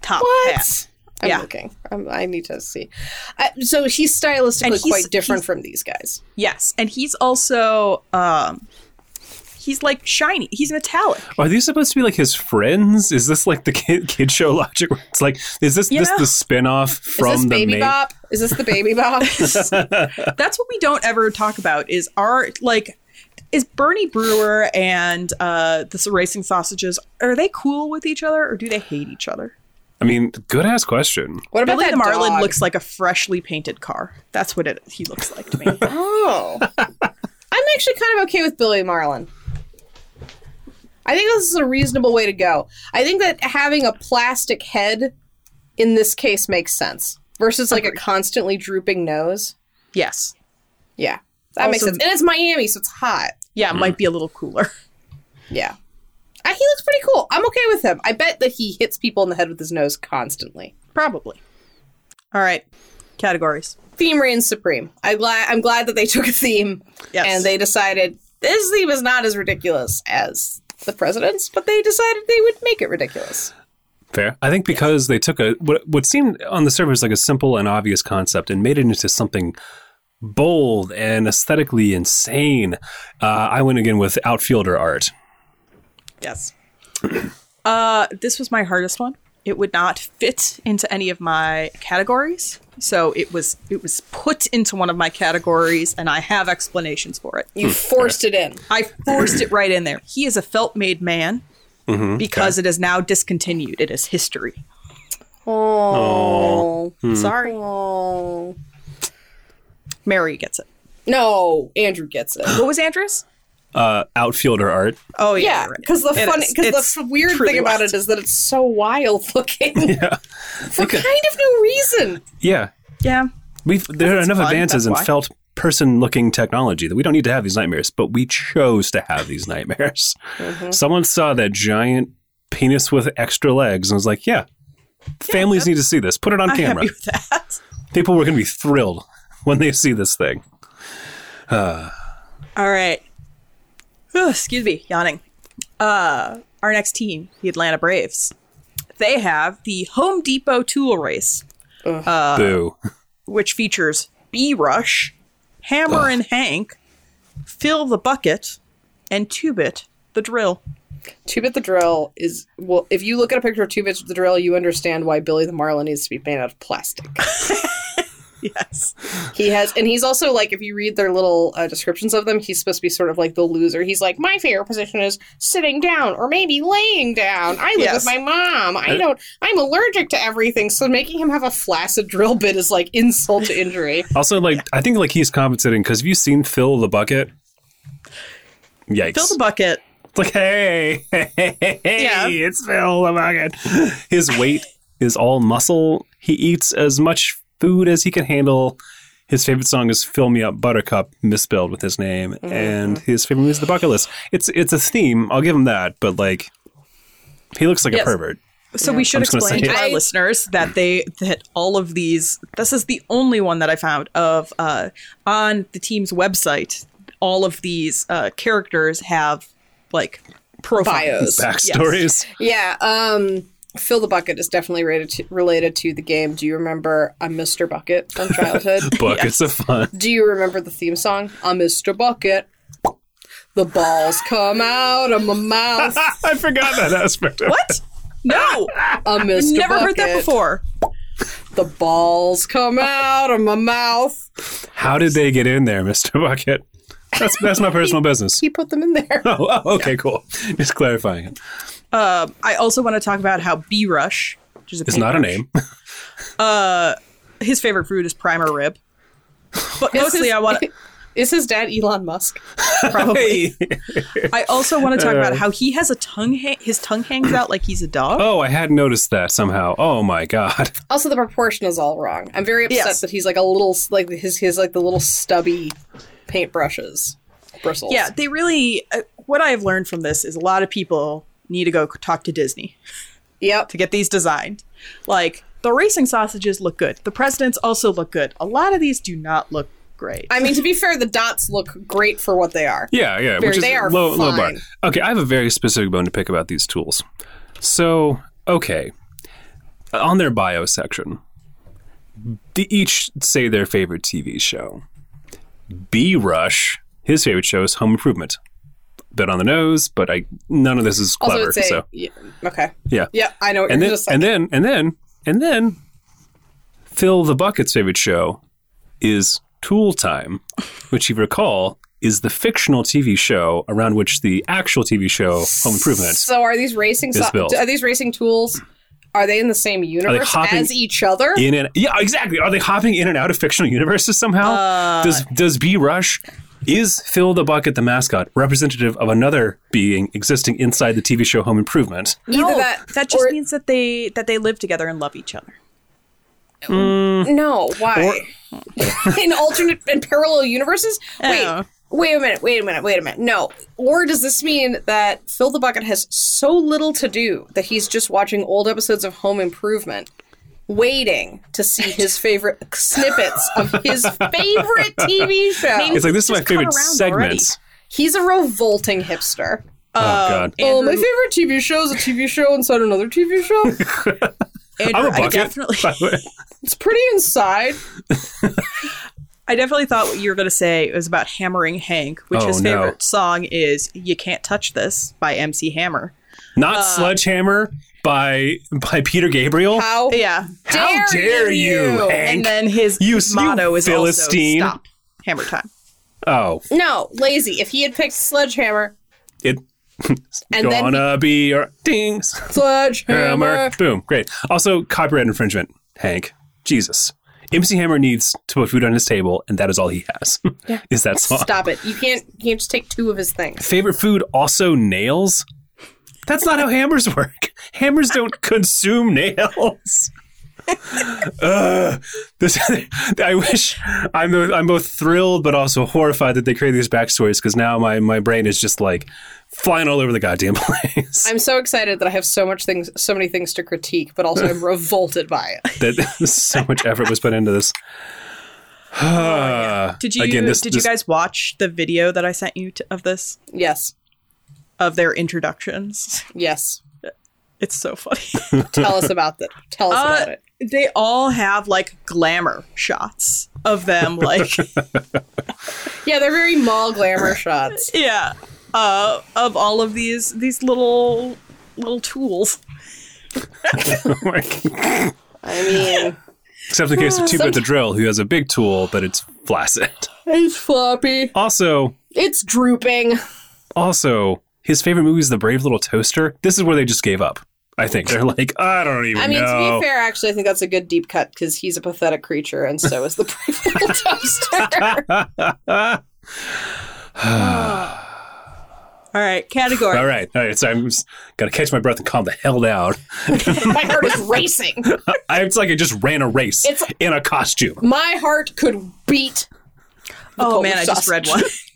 Speaker 2: top hat.
Speaker 3: I'm
Speaker 2: Yeah.
Speaker 3: looking. I'm, I need to see. I, so he's stylistically
Speaker 2: And he's-
Speaker 3: quite different
Speaker 2: he's-
Speaker 3: from these guys.
Speaker 2: Yes, and he's also um, he's like shiny. He's metallic.
Speaker 1: Are these supposed to be like his friends? Is this like the kid, kid show logic? Where it's like, is this this
Speaker 2: Yeah.
Speaker 1: the spin off from
Speaker 3: is this
Speaker 1: the
Speaker 3: baby
Speaker 1: main?
Speaker 3: bop? Is this the baby bop?
Speaker 2: That's what we don't ever talk about is our like is Bernie Brewer and uh the racing sausages are they cool with each other or do they hate each other?
Speaker 1: I mean, good ass question.
Speaker 3: what about
Speaker 2: Billy
Speaker 3: that
Speaker 2: the Marlin
Speaker 3: dog?
Speaker 2: looks like a freshly painted car. That's what it he looks like to me.
Speaker 3: Oh, I'm actually kind of okay with Billy Marlin. I think this is a reasonable way to go. I think that having a plastic head in this case makes sense versus like a constantly drooping nose.
Speaker 2: yes.
Speaker 3: Yeah, that makes
Speaker 2: Also-
Speaker 3: sense. And it's Miami, so it's hot.
Speaker 2: Yeah, it might be a little cooler.
Speaker 3: Yeah. Uh, he looks pretty cool. I'm okay with him. I bet that he hits people in the head with his nose constantly.
Speaker 2: Probably. All right. Categories.
Speaker 3: Theme reigns supreme. I glad I'm glad that they took a theme
Speaker 2: Yes.
Speaker 3: and they decided this theme is not as ridiculous as the president's, but they decided they would make it ridiculous.
Speaker 1: Fair. I think because they took a what, what seemed on the surface like a simple and obvious concept and made it into something bold and aesthetically insane. Uh, I went again with outfielder art.
Speaker 2: Yes. uh, this was my hardest one. It would not fit into any of my categories, so it was it was put into one of my categories, and I have explanations for it.
Speaker 3: You forced it in.
Speaker 2: I forced it right in there. He is a felt made man because it is now discontinued. It is history.
Speaker 3: Oh.
Speaker 2: Hmm. Sorry.
Speaker 3: Oh.
Speaker 2: Mary gets it.
Speaker 3: No, Andrew gets it.
Speaker 2: What was Andrew's?
Speaker 1: Uh, outfielder art.
Speaker 2: Oh yeah,
Speaker 3: Yeah,
Speaker 2: right.
Speaker 3: because the
Speaker 2: It
Speaker 3: funny,
Speaker 2: is.
Speaker 3: because
Speaker 2: It's
Speaker 3: the f- weird
Speaker 2: truly
Speaker 3: thing
Speaker 2: wild.
Speaker 3: about it is that it's so wild looking
Speaker 1: Yeah.
Speaker 3: for kind of no reason.
Speaker 1: Yeah.
Speaker 2: yeah.
Speaker 1: We've there are enough
Speaker 2: fun,
Speaker 1: advances
Speaker 2: that's
Speaker 1: in
Speaker 2: why.
Speaker 1: felt person looking technology that we don't need to have these nightmares, but we chose to have these nightmares.
Speaker 2: Mm-hmm.
Speaker 1: Someone saw that giant penis with extra legs and was like, Yeah, families need to see this. Put it on
Speaker 2: I'm
Speaker 1: camera.
Speaker 2: happy with that.
Speaker 1: People were gonna be thrilled when they see this thing.
Speaker 2: All right. Whew, excuse me, yawning. Uh, our next team, the Atlanta Braves. They have the Home Depot Tool Race, Uh,
Speaker 1: Boo.
Speaker 2: which features B Rush, Hammer and Hank, Fill the Bucket, and Tubit the Drill.
Speaker 3: Two bit the drill is well. If you look at a picture of two bits the drill, you understand why Billy the Marlin needs to be made out of plastic.
Speaker 2: Yes.
Speaker 3: He has, and he's also like, if you read their little uh, descriptions of them, he's supposed to be sort of like the loser. He's like, my favorite position is sitting down or maybe laying down. I live
Speaker 2: Yes.
Speaker 3: with my mom. I don't. I'm allergic to everything. So making him have a flaccid drill bit is like insult to injury.
Speaker 1: Also, like I think like he's compensating because have you seen Phil the Bucket? Yikes.
Speaker 2: Fill the Bucket.
Speaker 1: It's like, hey, hey, hey,
Speaker 2: Yeah.
Speaker 1: it's Phil the Bucket. His weight is all muscle. He eats as much food as he can handle. His favorite song is "Fill Me Up, Buttercup," misspelled with his name,
Speaker 2: Mm-hmm.
Speaker 1: and his favorite movie is The Bucket List. It's it's a theme. I'll give him that, but like, he looks like
Speaker 2: Yes.
Speaker 1: a pervert.
Speaker 2: So we should
Speaker 1: I'm just gonna
Speaker 2: explain
Speaker 1: say
Speaker 2: to
Speaker 1: it.
Speaker 2: our
Speaker 3: I-
Speaker 2: listeners that they that all of these. This is the only one that I found of uh, on the team's website. All of these uh, characters have like profiles.
Speaker 3: Bios.
Speaker 1: Backstories.
Speaker 3: Yeah. Um. Phil the Bucket is definitely related to, related to the game. Do you remember a Mr. Bucket from childhood?
Speaker 1: Buckets of fun.
Speaker 3: Do you remember the theme song? I'm Mr. Bucket. The balls come out of my mouth.
Speaker 1: I forgot that aspect. Of
Speaker 2: What? No,
Speaker 3: I'm Mr.
Speaker 2: never heard that
Speaker 3: Bucket.
Speaker 2: before.
Speaker 3: The balls come out of my mouth.
Speaker 1: How did they get in there, Mister Bucket? That's that's my personal business.
Speaker 3: He put them in there.
Speaker 1: Oh, oh, okay, cool. Just clarifying it.
Speaker 2: Um, I also want to talk about how B Rush, which is a
Speaker 1: It's not a
Speaker 2: paintbrush,
Speaker 1: name.
Speaker 2: His favorite fruit is primer rib, but
Speaker 3: Is
Speaker 2: mostly
Speaker 3: his-
Speaker 2: I want.
Speaker 3: Is his dad Elon Musk?
Speaker 1: Hey.
Speaker 2: I also want to talk about how he has a tongue. Ha- his tongue hangs out like he's a dog.
Speaker 1: Oh, I had noticed that somehow. Oh my god.
Speaker 3: Also, the proportion is all wrong. I'm very upset
Speaker 2: Yes.
Speaker 3: that he's like a little like his his like the little stubby paintbrushes bristles.
Speaker 2: Yeah, they really. Uh, what I have learned from this is a lot of people need to go talk to Disney
Speaker 3: Yep.
Speaker 2: to get these designed. Like the racing sausages look good. The presidents also look good. A lot of these do not look great.
Speaker 3: I mean, to be fair, the dots look great for what they are.
Speaker 1: Yeah, yeah.
Speaker 3: Very-
Speaker 1: Which is
Speaker 3: they are
Speaker 1: low, low bar.
Speaker 3: fine.
Speaker 1: Okay, I have a very specific bone to pick about these tools. So, okay, on their bio section, they each say their favorite TV show. B Rush, his favorite show is Home Improvement. Bit on the nose, but I none of this is
Speaker 3: Also,
Speaker 1: clever.
Speaker 3: it's a
Speaker 1: so
Speaker 3: yeah, okay.
Speaker 1: yeah,
Speaker 3: Yeah, I know. What
Speaker 1: and then
Speaker 3: you're just like,
Speaker 1: and then and then and then Phil the Bucket's favorite show is Tool Time, which you recall is the fictional TV show around which the actual TV show Home Improvement.
Speaker 3: So are these racing
Speaker 1: is
Speaker 3: so-
Speaker 1: built.
Speaker 3: are these racing tools? Are they in the same universe
Speaker 1: hopping
Speaker 3: as each other?
Speaker 1: In and yeah, exactly. Are they hopping in and out of fictional universes somehow?
Speaker 2: Uh.
Speaker 1: does does B Rush is Phil the Bucket the mascot representative of another being existing inside the TV show Home Improvement?
Speaker 3: Either that,
Speaker 2: just
Speaker 3: or-
Speaker 2: means that they that they live together and love each other.
Speaker 3: No, why? in alternate and parallel universes? Wait.
Speaker 2: Oh.
Speaker 3: Wait a minute, wait a minute, wait a minute. No. Or does this mean that Phil the Bucket has so little to do that he's just watching old episodes of Home Improvement, waiting to see his favorite snippets of his favorite TV show?
Speaker 1: It's like this is my
Speaker 2: Just cut
Speaker 1: favorite
Speaker 2: around
Speaker 1: segment.
Speaker 3: He's a revolting hipster.
Speaker 1: Oh
Speaker 2: Uh,
Speaker 1: god.
Speaker 3: Oh, my
Speaker 2: Andrew-
Speaker 3: favorite TV show is a TV show inside another TV show.
Speaker 2: Andrew,
Speaker 1: I'm a
Speaker 2: I
Speaker 1: bucket.
Speaker 2: definitely,
Speaker 1: by the way.
Speaker 3: It's pretty inside.
Speaker 2: I definitely thought what you were going to say was about hammering Hank, which
Speaker 1: Oh,
Speaker 2: his
Speaker 1: no.
Speaker 2: favorite song is "You Can't Touch This" by MC Hammer.
Speaker 3: Uh,
Speaker 1: not Sledgehammer by by Peter Gabriel.
Speaker 3: How
Speaker 2: Yeah,
Speaker 1: How dare you, Oh. Hank?
Speaker 2: and then his
Speaker 1: You- you
Speaker 2: motto is
Speaker 1: Philistine.
Speaker 2: also "Stop Hammer Time."
Speaker 1: oh,
Speaker 3: No, lazy. If he had picked Sledgehammer,
Speaker 1: it
Speaker 3: And then
Speaker 1: gonna be your dings
Speaker 3: Sledgehammer.
Speaker 1: hammer. Boom, great. Also, copyright infringement, Hank. Jesus, MC Hammer needs to put food on his table, and that is all he has.
Speaker 3: Yeah.
Speaker 1: is that song.
Speaker 3: Stop it. You can't you can't just take two of his things.
Speaker 1: Favorite food also nails? That's not how hammers work. Hammers don't consume nails. Ugh. this, I wish I'm I'm both thrilled but also horrified that they created these backstories because now my, my brain is just like flying all over the goddamn place.
Speaker 3: I'm so excited that I have so much things so many things to critique, but also I'm revolted by it.
Speaker 1: that so much effort was put into this.
Speaker 2: Did you
Speaker 1: Again, this-
Speaker 2: did
Speaker 1: this-
Speaker 2: you guys watch the video that I sent you to, of this
Speaker 3: Yes.
Speaker 2: of their introductions?
Speaker 3: Yes.
Speaker 2: It's so funny.
Speaker 3: Tell us about that. Tell us
Speaker 2: Uh,
Speaker 3: about it.
Speaker 2: They all have like glamour shots of them, like
Speaker 3: Yeah, they're very mall glamour shots.
Speaker 2: yeah, uh, of all of these these little little tools.
Speaker 3: I mean,
Speaker 1: Except in the case of Two Bit the Drill, who has a big tool, but it's flaccid.
Speaker 3: it's floppy.
Speaker 1: Also,
Speaker 3: It's drooping.
Speaker 1: also, his favorite movie is The Brave Little Toaster. This is where they just gave up. I think they're like, I don't even
Speaker 3: I mean,
Speaker 1: know.
Speaker 3: to be fair, actually, I think that's a good deep cut because he's a pathetic creature, and so is the brave little toaster.
Speaker 2: All right, category.
Speaker 1: all right, all right. So I'm just gotta catch my breath and calm the hell down.
Speaker 3: My heart is racing.
Speaker 1: I, it's like I just ran a race
Speaker 3: It's-
Speaker 1: in a costume.
Speaker 3: My heart could beat.
Speaker 2: Oh
Speaker 3: Polish
Speaker 2: man, I just read one
Speaker 3: sausage.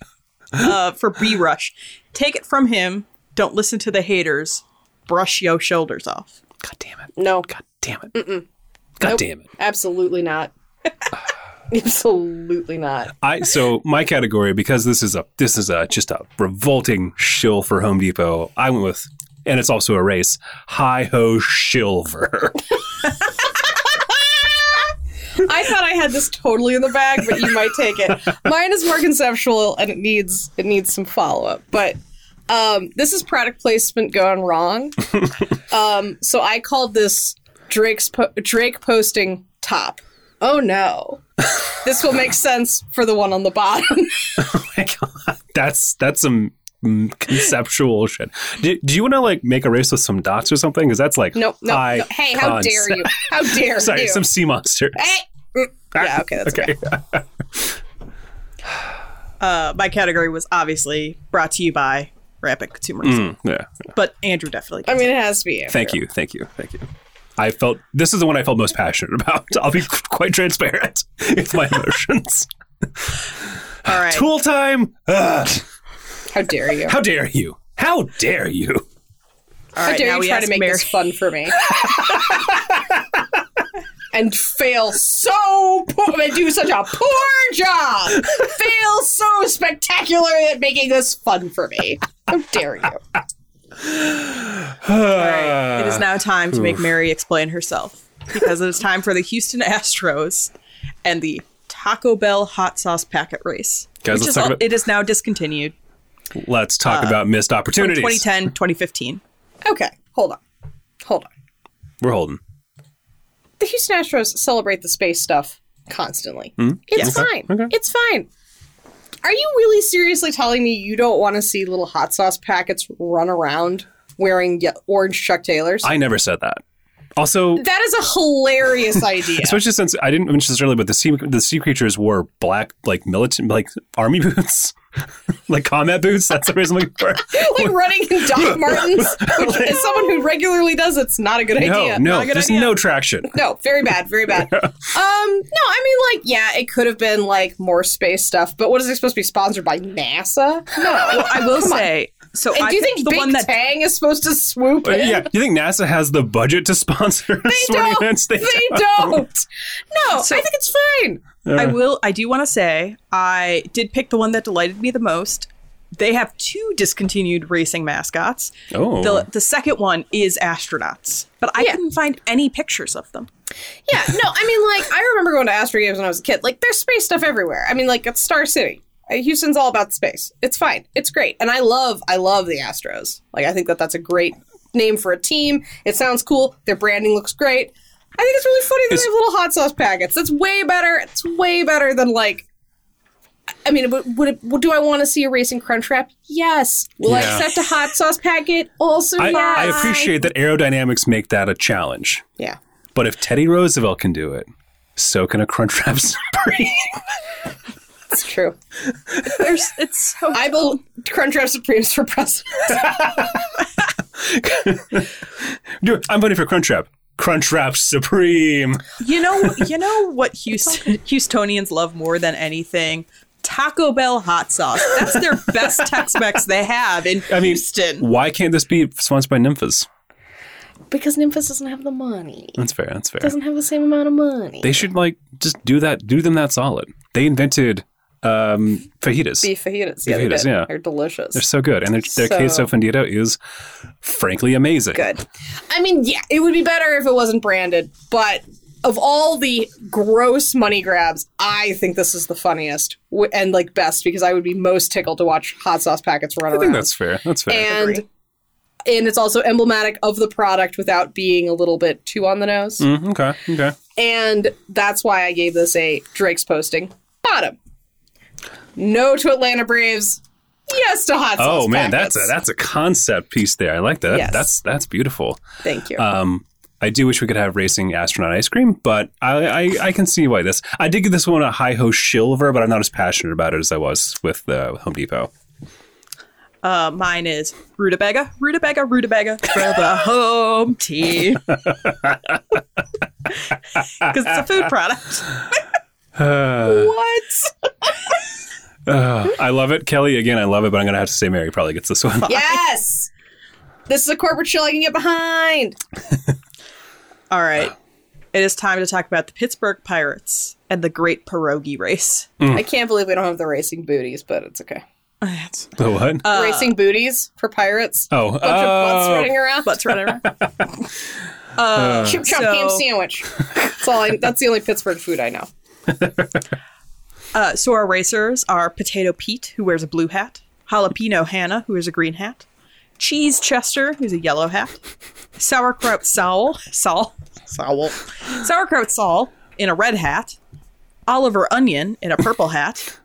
Speaker 2: uh, for B Rush. Take it from him. Don't listen to the haters. Brush your shoulders off.
Speaker 1: God damn it!
Speaker 3: No,
Speaker 1: God damn it! God damn it!
Speaker 3: absolutely not. absolutely not.
Speaker 1: I so my category because this is a this is a just a revolting shill for Home Depot. I went with, and it's also a race. Hi ho silver.
Speaker 3: I thought I had this totally in the bag, but you might take it. Mine is more conceptual and it needs it needs some follow up. But um, this is product placement gone wrong. um, so I called this Drake's po- Drake posting top. Oh no. this will make sense for the one on the bottom.
Speaker 1: that's that's some mm, conceptual shit. Do, do you want to like make a race with some dots or something? Because that's like
Speaker 3: no, no,
Speaker 1: high
Speaker 3: no. Hey, how
Speaker 1: concept.
Speaker 3: dare you? How dare
Speaker 1: Sorry,
Speaker 3: you?
Speaker 1: some sea monsters.
Speaker 3: hey! Mm. Yeah, okay, that's okay.
Speaker 2: Uh, my category was obviously brought to you by Rapid Consumerism,
Speaker 1: Hmm, Yeah.
Speaker 2: but Andrew definitely.
Speaker 3: I mean, it has to be.
Speaker 1: Thank you. Thank you. Thank you. I felt this is the one I felt most passionate about. I'll be quite transparent with my emotions.
Speaker 2: All right.
Speaker 1: Tool time. Ugh.
Speaker 3: How dare you?
Speaker 1: How dare you? How dare you?
Speaker 2: All
Speaker 3: How
Speaker 2: right,
Speaker 3: dare
Speaker 2: now
Speaker 3: you
Speaker 2: we
Speaker 3: try to
Speaker 2: ask
Speaker 3: make
Speaker 2: Mary-
Speaker 3: this fun for me? and fail so poor and do such a poor job. fail so spectacularly at making this fun for me. How dare you?
Speaker 2: All right, it is now time to make Mary explain herself because it is time for the Houston Astros and the Taco Bell hot sauce packet race.
Speaker 1: Guys,
Speaker 2: which
Speaker 1: let's
Speaker 2: is
Speaker 1: talk
Speaker 2: all-
Speaker 1: about-
Speaker 2: it is now discontinued.
Speaker 1: Let's
Speaker 3: uh,
Speaker 1: talk about missed opportunities.
Speaker 2: 2010, 2015.
Speaker 3: Okay, hold on. Hold on.
Speaker 1: We're holding.
Speaker 3: The Houston Astros celebrate the space stuff constantly.
Speaker 1: Hmm?
Speaker 3: It's fine. It's fine. Are you really seriously telling me you don't want to see little hot sauce packets run around wearing ye- orange Chuck Taylors?
Speaker 1: I never said that. Also,
Speaker 3: That is a hilarious idea.
Speaker 1: especially since I didn't mention this earlier, but the sea the sea creatures wore black like militant like army boots, like combat boots. That's the reason I'm looking for. it.
Speaker 3: like running in Doc Martens, which as someone who regularly does, it's not a good
Speaker 1: No,
Speaker 3: idea.
Speaker 1: no,
Speaker 2: a good
Speaker 1: there's
Speaker 2: idea.
Speaker 1: no traction.
Speaker 3: No, very bad, very bad. Um, no, I mean, like, yeah, it could have been like more space stuff, but what is it supposed to be sponsored by NASA? No.
Speaker 2: I will say. So
Speaker 3: Oh, And
Speaker 2: I
Speaker 3: do you think
Speaker 2: the
Speaker 3: Big
Speaker 2: one that
Speaker 3: Tang is supposed to swoop
Speaker 1: But
Speaker 3: in?
Speaker 1: yeah, you think NASA has the budget to sponsor
Speaker 3: They
Speaker 1: sporting
Speaker 3: don't.
Speaker 1: events?
Speaker 3: They, don't. No, I think it's fine.
Speaker 2: I will. I do want to say I did pick the one that delighted me the most. They have two discontinued racing mascots.
Speaker 1: Oh.
Speaker 2: The, the second one is astronauts, but I
Speaker 3: Yeah.
Speaker 2: couldn't find any pictures of them.
Speaker 3: Yeah, no, I mean, like, I remember going to Astro Games when I was a kid. Like, there's space stuff everywhere. I mean, like, it's Star City. Uh, Houston's all about space. It's fine. It's great. And I love, I love the Astros. Like, I think that that's a great name for a team. It sounds cool. Their branding looks great. I think it's really funny that they have little hot sauce packets. That's way better. It's way better than, like, I mean, would, would it, would- do I want to see a racing crunch wrap? Yes. Will I
Speaker 1: Yeah.
Speaker 3: accept a hot sauce packet? Also,
Speaker 1: I,
Speaker 3: yes.
Speaker 1: I appreciate that aerodynamics make that a challenge,
Speaker 3: Yeah.
Speaker 1: but if Teddy Roosevelt can do it, so can a Crunchwrap Supreme.
Speaker 3: It's true.
Speaker 2: There's, it's so.
Speaker 3: I will Crunchwrap Supremes for president.
Speaker 1: Dude, I'm voting for Crunchwrap. Crunchwrap Supreme.
Speaker 2: You know, you know what Houston, Houstonians love more than anything? Taco Bell hot sauce. That's their best Tex-Mex they have in
Speaker 1: I mean,
Speaker 2: Houston.
Speaker 1: why can't this be sponsored by Nymphas?
Speaker 3: Because Nymphas doesn't have the money.
Speaker 1: That's fair. That's fair.
Speaker 3: Doesn't have the same amount of money.
Speaker 1: They should like just do that. Do them that solid. They invented um, fajitas.
Speaker 3: Beef fajitas. Yeah,
Speaker 1: Fajitas,
Speaker 3: they did.
Speaker 1: yeah.
Speaker 3: They're delicious.
Speaker 1: They're so good, and their, their
Speaker 3: So-
Speaker 1: queso fundido is frankly amazing.
Speaker 3: good. I mean, yeah, it would be better if it wasn't branded, but of all the gross money grabs, I think this is the funniest w- and like best because I would be most tickled to watch hot sauce packets run
Speaker 1: I
Speaker 3: around.
Speaker 1: think that's fair. That's fair.
Speaker 3: and and it's also emblematic of the product without being a little bit too on the nose.
Speaker 1: Mhm, okay. Okay.
Speaker 3: And that's why I gave this a Drake's posting bottom. No to Atlanta Braves. Yes to hot sauce.
Speaker 1: Oh man,
Speaker 3: packets.
Speaker 1: that's a that's a concept piece there. I like that.
Speaker 3: Yes.
Speaker 1: That's that's beautiful.
Speaker 3: Thank you.
Speaker 1: Um, I do wish we could have racing astronaut ice cream, but I, I, I can see why this. I did give this one a high ho silver, but I'm not as passionate about it as I was with the Home Depot.
Speaker 2: Uh, mine is rutabaga, rutabaga, rutabaga for the home team. Because it's a food product.
Speaker 3: what?
Speaker 1: Uh, I love it, Kelly. Again, I love it, but I'm gonna have to say Mary probably gets this one.
Speaker 3: Yes. This is a corporate show I can get behind.
Speaker 2: All right. It is time to talk about the Pittsburgh Pirates and the Great Pierogi Race.
Speaker 3: I can't believe we don't have the racing booties, but it's okay.
Speaker 1: The what?
Speaker 3: racing booties for pirates.
Speaker 1: oh,
Speaker 3: Uh, Bunch of butts
Speaker 1: oh.
Speaker 3: running around.
Speaker 2: Butts right around.
Speaker 3: Chip chop
Speaker 2: so-
Speaker 3: ham sandwich. That's all. I, that's the only Pittsburgh food I know.
Speaker 2: Uh, so our racers are Potato Pete, who wears a blue hat, Jalapeno Hannah, who wears a green hat, Cheese Chester, who's a yellow hat, Sauerkraut Saul, Saul, Saul, Sauerkraut Saul in a red hat, Oliver Onion in a purple hat,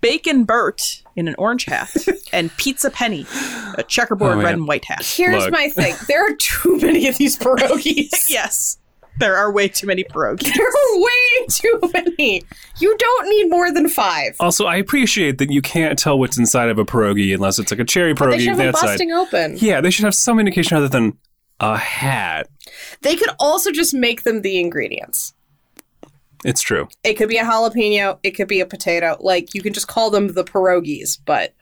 Speaker 2: Bacon Bert in an orange hat, and Pizza Penny, a checkerboard
Speaker 1: Oh, man.
Speaker 2: red and white hat.
Speaker 3: Here's
Speaker 1: Look.
Speaker 3: my thing. There are too many of these pierogies.
Speaker 2: Yes, there are way too many pierogies.
Speaker 3: There are way too many. You don't need more than five.
Speaker 1: Also, I appreciate that you can't tell what's inside of a pierogi unless it's like a cherry
Speaker 3: They
Speaker 1: pierogi
Speaker 3: should have
Speaker 1: on the
Speaker 3: them
Speaker 1: outside.
Speaker 3: busting open.
Speaker 1: Yeah, they should have some indication other than a hat.
Speaker 3: They could also just make them the ingredients.
Speaker 1: It's true.
Speaker 3: It could be a jalapeno. It could be a potato. Like you can just call them the pierogies, but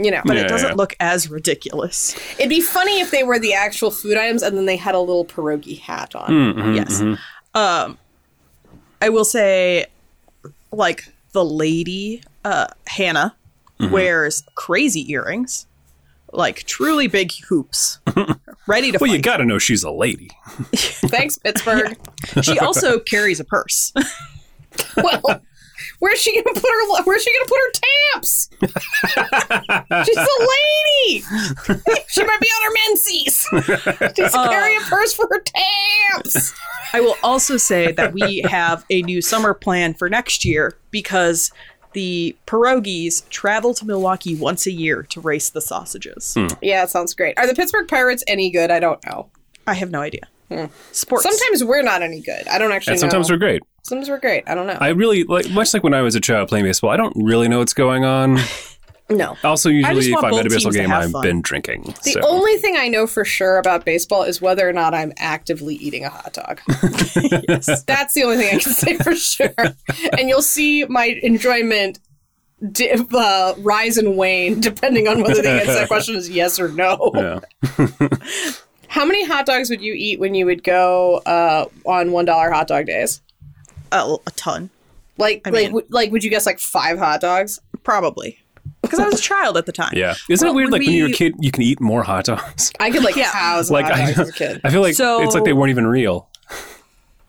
Speaker 3: you know,
Speaker 2: But
Speaker 1: Yeah,
Speaker 2: it doesn't
Speaker 1: yeah.
Speaker 2: look as ridiculous.
Speaker 3: it'd be funny if they were the actual food items and then they had a little pierogi hat on.
Speaker 1: Hmm. Mm-hmm.
Speaker 2: Yes. Um, I will say, like the lady, uh, Hannah
Speaker 1: Mm-hmm.
Speaker 2: wears crazy earrings, like truly big hoops, ready to
Speaker 1: Well, you
Speaker 2: fight.
Speaker 1: gotta know she's a lady.
Speaker 3: Thanks, Pittsburgh.
Speaker 2: she also carries a purse.
Speaker 3: Well, where's she gonna put her? Where's she gonna put her tamps? She's a lady. she might be on her menses. She's
Speaker 1: Uh.
Speaker 3: carrying a purse for her tamps.
Speaker 2: I will also say that we have a new summer plan for next year because the pierogies travel to Milwaukee once a year to race the sausages.
Speaker 1: Hmm.
Speaker 3: Yeah, it sounds great. Are the Pittsburgh Pirates any good? I don't know.
Speaker 2: I have no idea. Sports.
Speaker 3: Sometimes we're not any good. I don't actually.
Speaker 1: And sometimes
Speaker 3: know.
Speaker 1: we're great.
Speaker 3: sometimes we're great. I don't know.
Speaker 1: I really like much like when I was a child playing baseball. I don't really know what's going on.
Speaker 3: no.
Speaker 1: Also, usually if
Speaker 2: want
Speaker 1: I'm
Speaker 2: both
Speaker 1: at a baseball
Speaker 2: teams to
Speaker 1: game,
Speaker 2: have
Speaker 1: I've
Speaker 2: fun.
Speaker 1: been drinking.
Speaker 3: The
Speaker 1: so.
Speaker 3: only thing I know for sure about baseball is whether or not I'm actively eating a hot dog. That's the only thing I can say for sure. And you'll see my enjoyment di- uh, rise and wane depending on whether the answer to that question is yes or no.
Speaker 1: Yeah.
Speaker 3: How many hot dogs would you eat when you would go uh, on one dollar hot dog days?
Speaker 2: uh, a ton.
Speaker 3: Like,
Speaker 2: mean-
Speaker 3: like, w- like, would you guess like five hot dogs?
Speaker 2: Probably. Because I was a child at the time.
Speaker 1: Yeah. Isn't
Speaker 2: Well,
Speaker 1: it weird?
Speaker 2: when
Speaker 1: Like when you're a
Speaker 2: we-
Speaker 1: kid, you can eat more hot dogs.
Speaker 3: I could like
Speaker 2: Yeah.
Speaker 3: cows
Speaker 1: Like
Speaker 3: hot
Speaker 1: I,
Speaker 3: dogs as a kid.
Speaker 1: I feel like
Speaker 2: So-
Speaker 1: it's like they weren't even real.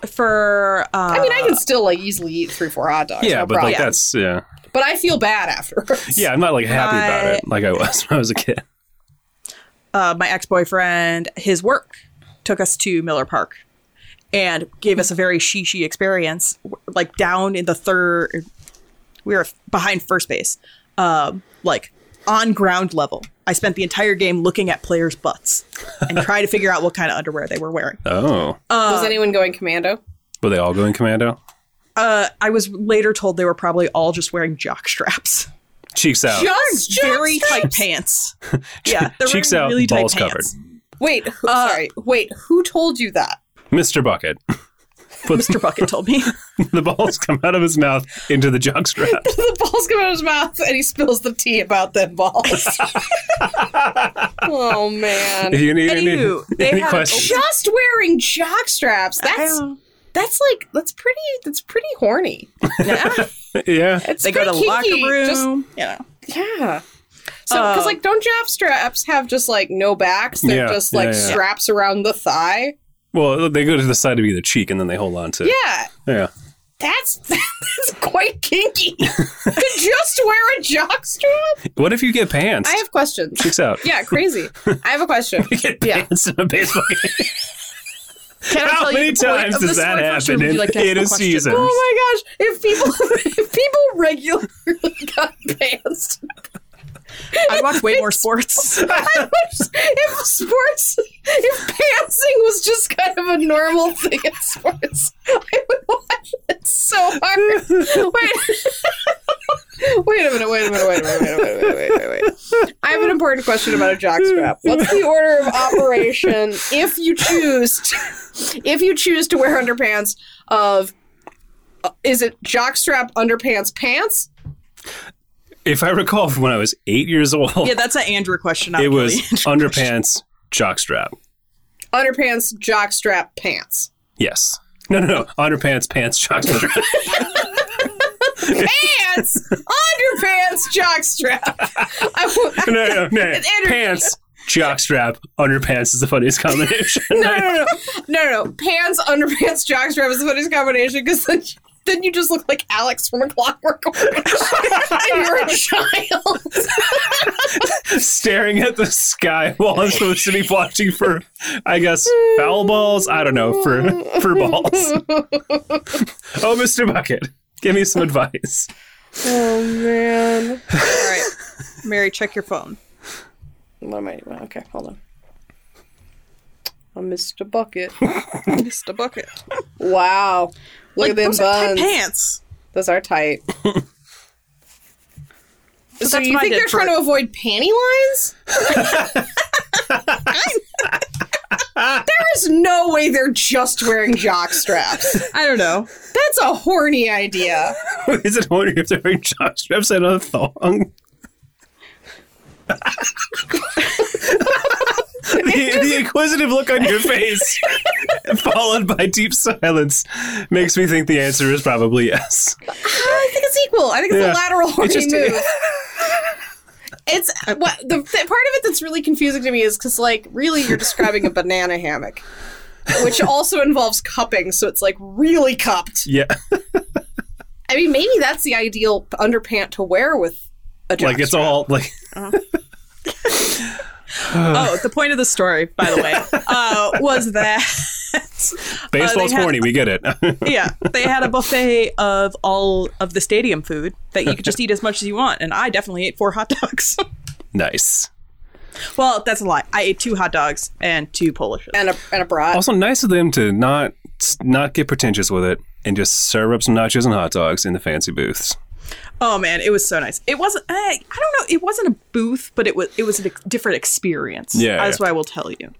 Speaker 2: For uh,
Speaker 3: I mean, I can still like easily eat three, four hot dogs.
Speaker 1: Yeah,
Speaker 3: no
Speaker 1: but
Speaker 3: problem.
Speaker 1: like that's yeah.
Speaker 3: But I feel bad afterwards.
Speaker 1: Yeah, I'm not like happy about it like I was when I was a kid.
Speaker 2: uh, my ex boyfriend, his work took us to Miller Park and gave us a very shishi experience, w- like down in the third. We were f- behind first base, um, like on ground level. I spent the entire game looking at players' butts and trying to figure out what kind of underwear they were wearing.
Speaker 1: Oh.
Speaker 3: Uh, was anyone going commando?
Speaker 1: Were they all going commando?
Speaker 2: Uh, I was later told they were probably all just wearing jock straps.
Speaker 1: Cheeks out.
Speaker 3: Just
Speaker 2: Very
Speaker 3: Jackson!
Speaker 2: tight pants. Yeah, they're
Speaker 1: Cheeks
Speaker 2: wearing
Speaker 1: out,
Speaker 2: really tight
Speaker 1: balls covered.
Speaker 2: pants.
Speaker 3: Wait, who,
Speaker 2: Uh,
Speaker 3: sorry. Wait, who told you that?
Speaker 1: Mr. Bucket. Puts
Speaker 2: Mr. Bucket told me.
Speaker 1: the balls come out of his mouth into the jock strap.
Speaker 3: The balls come out of his mouth and he spills the tea about them balls. oh
Speaker 1: If
Speaker 3: man.
Speaker 1: you need any,
Speaker 2: Anywho, they
Speaker 1: any
Speaker 2: had-
Speaker 1: questions,
Speaker 3: Just wearing jock straps. That's that's like that's pretty that's pretty horny.
Speaker 2: Yeah,
Speaker 1: yeah.
Speaker 3: It's
Speaker 2: they go to
Speaker 3: pretty
Speaker 2: locker
Speaker 3: kinky.
Speaker 2: room.
Speaker 3: Just-
Speaker 2: you know.
Speaker 3: yeah. So, because
Speaker 2: Uh,
Speaker 3: like, don't jock straps have just like no backs? They're
Speaker 1: Yeah,
Speaker 3: just like
Speaker 1: yeah, yeah.
Speaker 3: straps around the thigh.
Speaker 1: Well, they go to the side of either cheek and then they hold on to.
Speaker 3: Yeah,
Speaker 1: Yeah.
Speaker 3: that's that's quite kinky. to just wear a jock strap?
Speaker 1: What if you get pants?
Speaker 3: I have questions.
Speaker 1: Cheeks out.
Speaker 3: Yeah, crazy. I have a question.
Speaker 1: Get
Speaker 3: Yeah.
Speaker 1: pants in a baseball game.
Speaker 2: Can I
Speaker 1: How
Speaker 2: tell you
Speaker 1: many
Speaker 2: the point
Speaker 1: times
Speaker 2: of
Speaker 1: does
Speaker 2: this
Speaker 1: that
Speaker 2: one
Speaker 1: happen
Speaker 2: question, or would
Speaker 1: in,
Speaker 2: you like to ask
Speaker 1: in
Speaker 2: the
Speaker 1: a
Speaker 2: question?
Speaker 1: season?
Speaker 3: Oh my gosh! If people if people regularly got pants,
Speaker 2: I watch way more sports.
Speaker 3: I wish- if sports, if pantsing was just kind of a normal thing in sports, I would watch it so hard. Wait, wait a minute! Wait a minute! Wait a minute! Wait a minute! Wait, wait, wait, wait! I have an important question about a jockstrap. What's the order of operation if you choose, to, if you choose to wear underpants of? uh, Is it jockstrap underpants pants?
Speaker 1: If I recall from when I was eight years old,
Speaker 2: yeah, that's an Andrew question. Not
Speaker 1: it was
Speaker 2: really.
Speaker 1: underpants, jockstrap.
Speaker 3: Underpants jockstrap pants.
Speaker 1: Yes. No, no, no. Underpants, pants, jockstrap.
Speaker 3: pants, underpants, jockstrap. I w-
Speaker 1: no, no, no. no.
Speaker 3: Andrew-
Speaker 1: Pants, jockstrap, underpants is the funniest combination.
Speaker 3: no, no, no, no, no, no. Pants, underpants, jockstrap is the funniest combination because then, then you just look like Alex from A Clockwork Orange, and you're a child.
Speaker 1: Staring at the sky while I'm supposed to be watching for, I guess, foul balls. I don't know for for balls. oh, Mister Bucket, give me some advice.
Speaker 3: Oh man.
Speaker 2: All right, Mary, check your phone.
Speaker 3: What am I doing? Okay, hold on. I missed a bucket.
Speaker 2: Mr. Bucket.
Speaker 3: Wow. Look
Speaker 2: Like
Speaker 3: at them
Speaker 2: those are tight
Speaker 3: buns.
Speaker 2: pants.
Speaker 3: Those are tight. so
Speaker 2: that's
Speaker 3: you
Speaker 2: what I did
Speaker 3: think they're
Speaker 2: for
Speaker 3: trying
Speaker 2: it.
Speaker 3: to avoid panty lines? there is no way they're just wearing jock straps.
Speaker 2: I don't know.
Speaker 3: That's a horny idea.
Speaker 1: Is it wondering if they're wearing jockstraps and a thong? the, the inquisitive look on your face, followed by deep silence, makes me think the answer is probably yes.
Speaker 3: I think it's equal. I think it's
Speaker 1: Yeah.
Speaker 3: a lateral horny
Speaker 1: just-
Speaker 3: move. it's what the, the part of it that's really confusing to me is because, like, really, you're describing a banana hammock, which also involves cupping. So it's like really cupped.
Speaker 1: Yeah,
Speaker 3: I mean, maybe that's the ideal underpant to wear with a jock
Speaker 1: like it's all like Uh.
Speaker 2: Oh, the point of the story, by the way, uh, was that
Speaker 1: baseball's
Speaker 2: they had-
Speaker 1: horny. We get it.
Speaker 2: yeah, they had a buffet of all of the stadium food that you could just eat as much as you want, and I definitely ate four hot dogs.
Speaker 1: nice.
Speaker 2: well, that's a lie. I ate two hot dogs and two Polishes.
Speaker 3: and a and a bra.
Speaker 1: Also, nice of them to not not get pretentious with it and just serve up some nachos and hot dogs in the fancy booths.
Speaker 2: Oh man, it was so nice. It wasn't. I, I don't know. It wasn't a booth, but it was. It was a dic- different experience.
Speaker 1: Yeah,
Speaker 2: that's
Speaker 1: yeah.
Speaker 2: what I will tell you.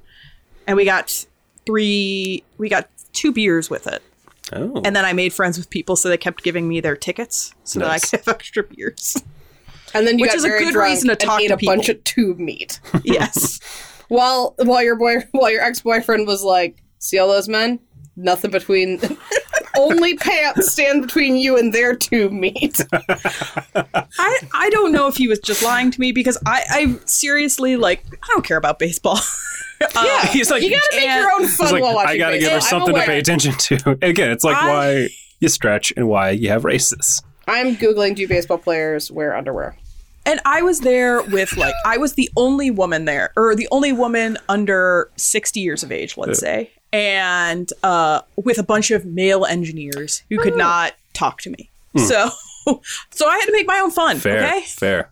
Speaker 2: And we got three. We got two beers with it,
Speaker 1: Oh,
Speaker 2: and then I made friends with people, so they kept giving me their tickets so that I
Speaker 1: Nice.
Speaker 2: could have extra beers.
Speaker 3: and then you
Speaker 2: which
Speaker 3: got
Speaker 2: is a
Speaker 3: very
Speaker 2: good
Speaker 3: drunk
Speaker 2: reason to
Speaker 3: and
Speaker 2: talk
Speaker 3: ate
Speaker 2: to
Speaker 3: a bunch
Speaker 2: people.
Speaker 3: of tube meat
Speaker 2: yes.
Speaker 3: while while your boy while your ex boyfriend was like, see all those men, nothing between. Only pants stand between you and their tube meat.
Speaker 2: I, I don't know if he was just lying to me because I, I seriously like I don't care about baseball. Uh,
Speaker 3: yeah,
Speaker 1: he's like-
Speaker 3: you gotta make
Speaker 2: and-
Speaker 3: your own fun
Speaker 1: It's like,
Speaker 3: while watching.
Speaker 1: I gotta give
Speaker 3: baseball.
Speaker 1: her something
Speaker 3: I'm
Speaker 1: to pay
Speaker 3: aware.
Speaker 1: attention to. Again, it's like
Speaker 2: I-
Speaker 1: why you stretch and why you have races.
Speaker 3: I'm googling do baseball players wear underwear.
Speaker 2: and I was there with like I was the only woman there or the only woman under 60 years of age, let's say, and uh, with a bunch of male engineers who
Speaker 1: Oh.
Speaker 2: could not talk to me. So so I had to make my own fun,
Speaker 1: Hmm. Fair,
Speaker 2: okay?
Speaker 1: fair.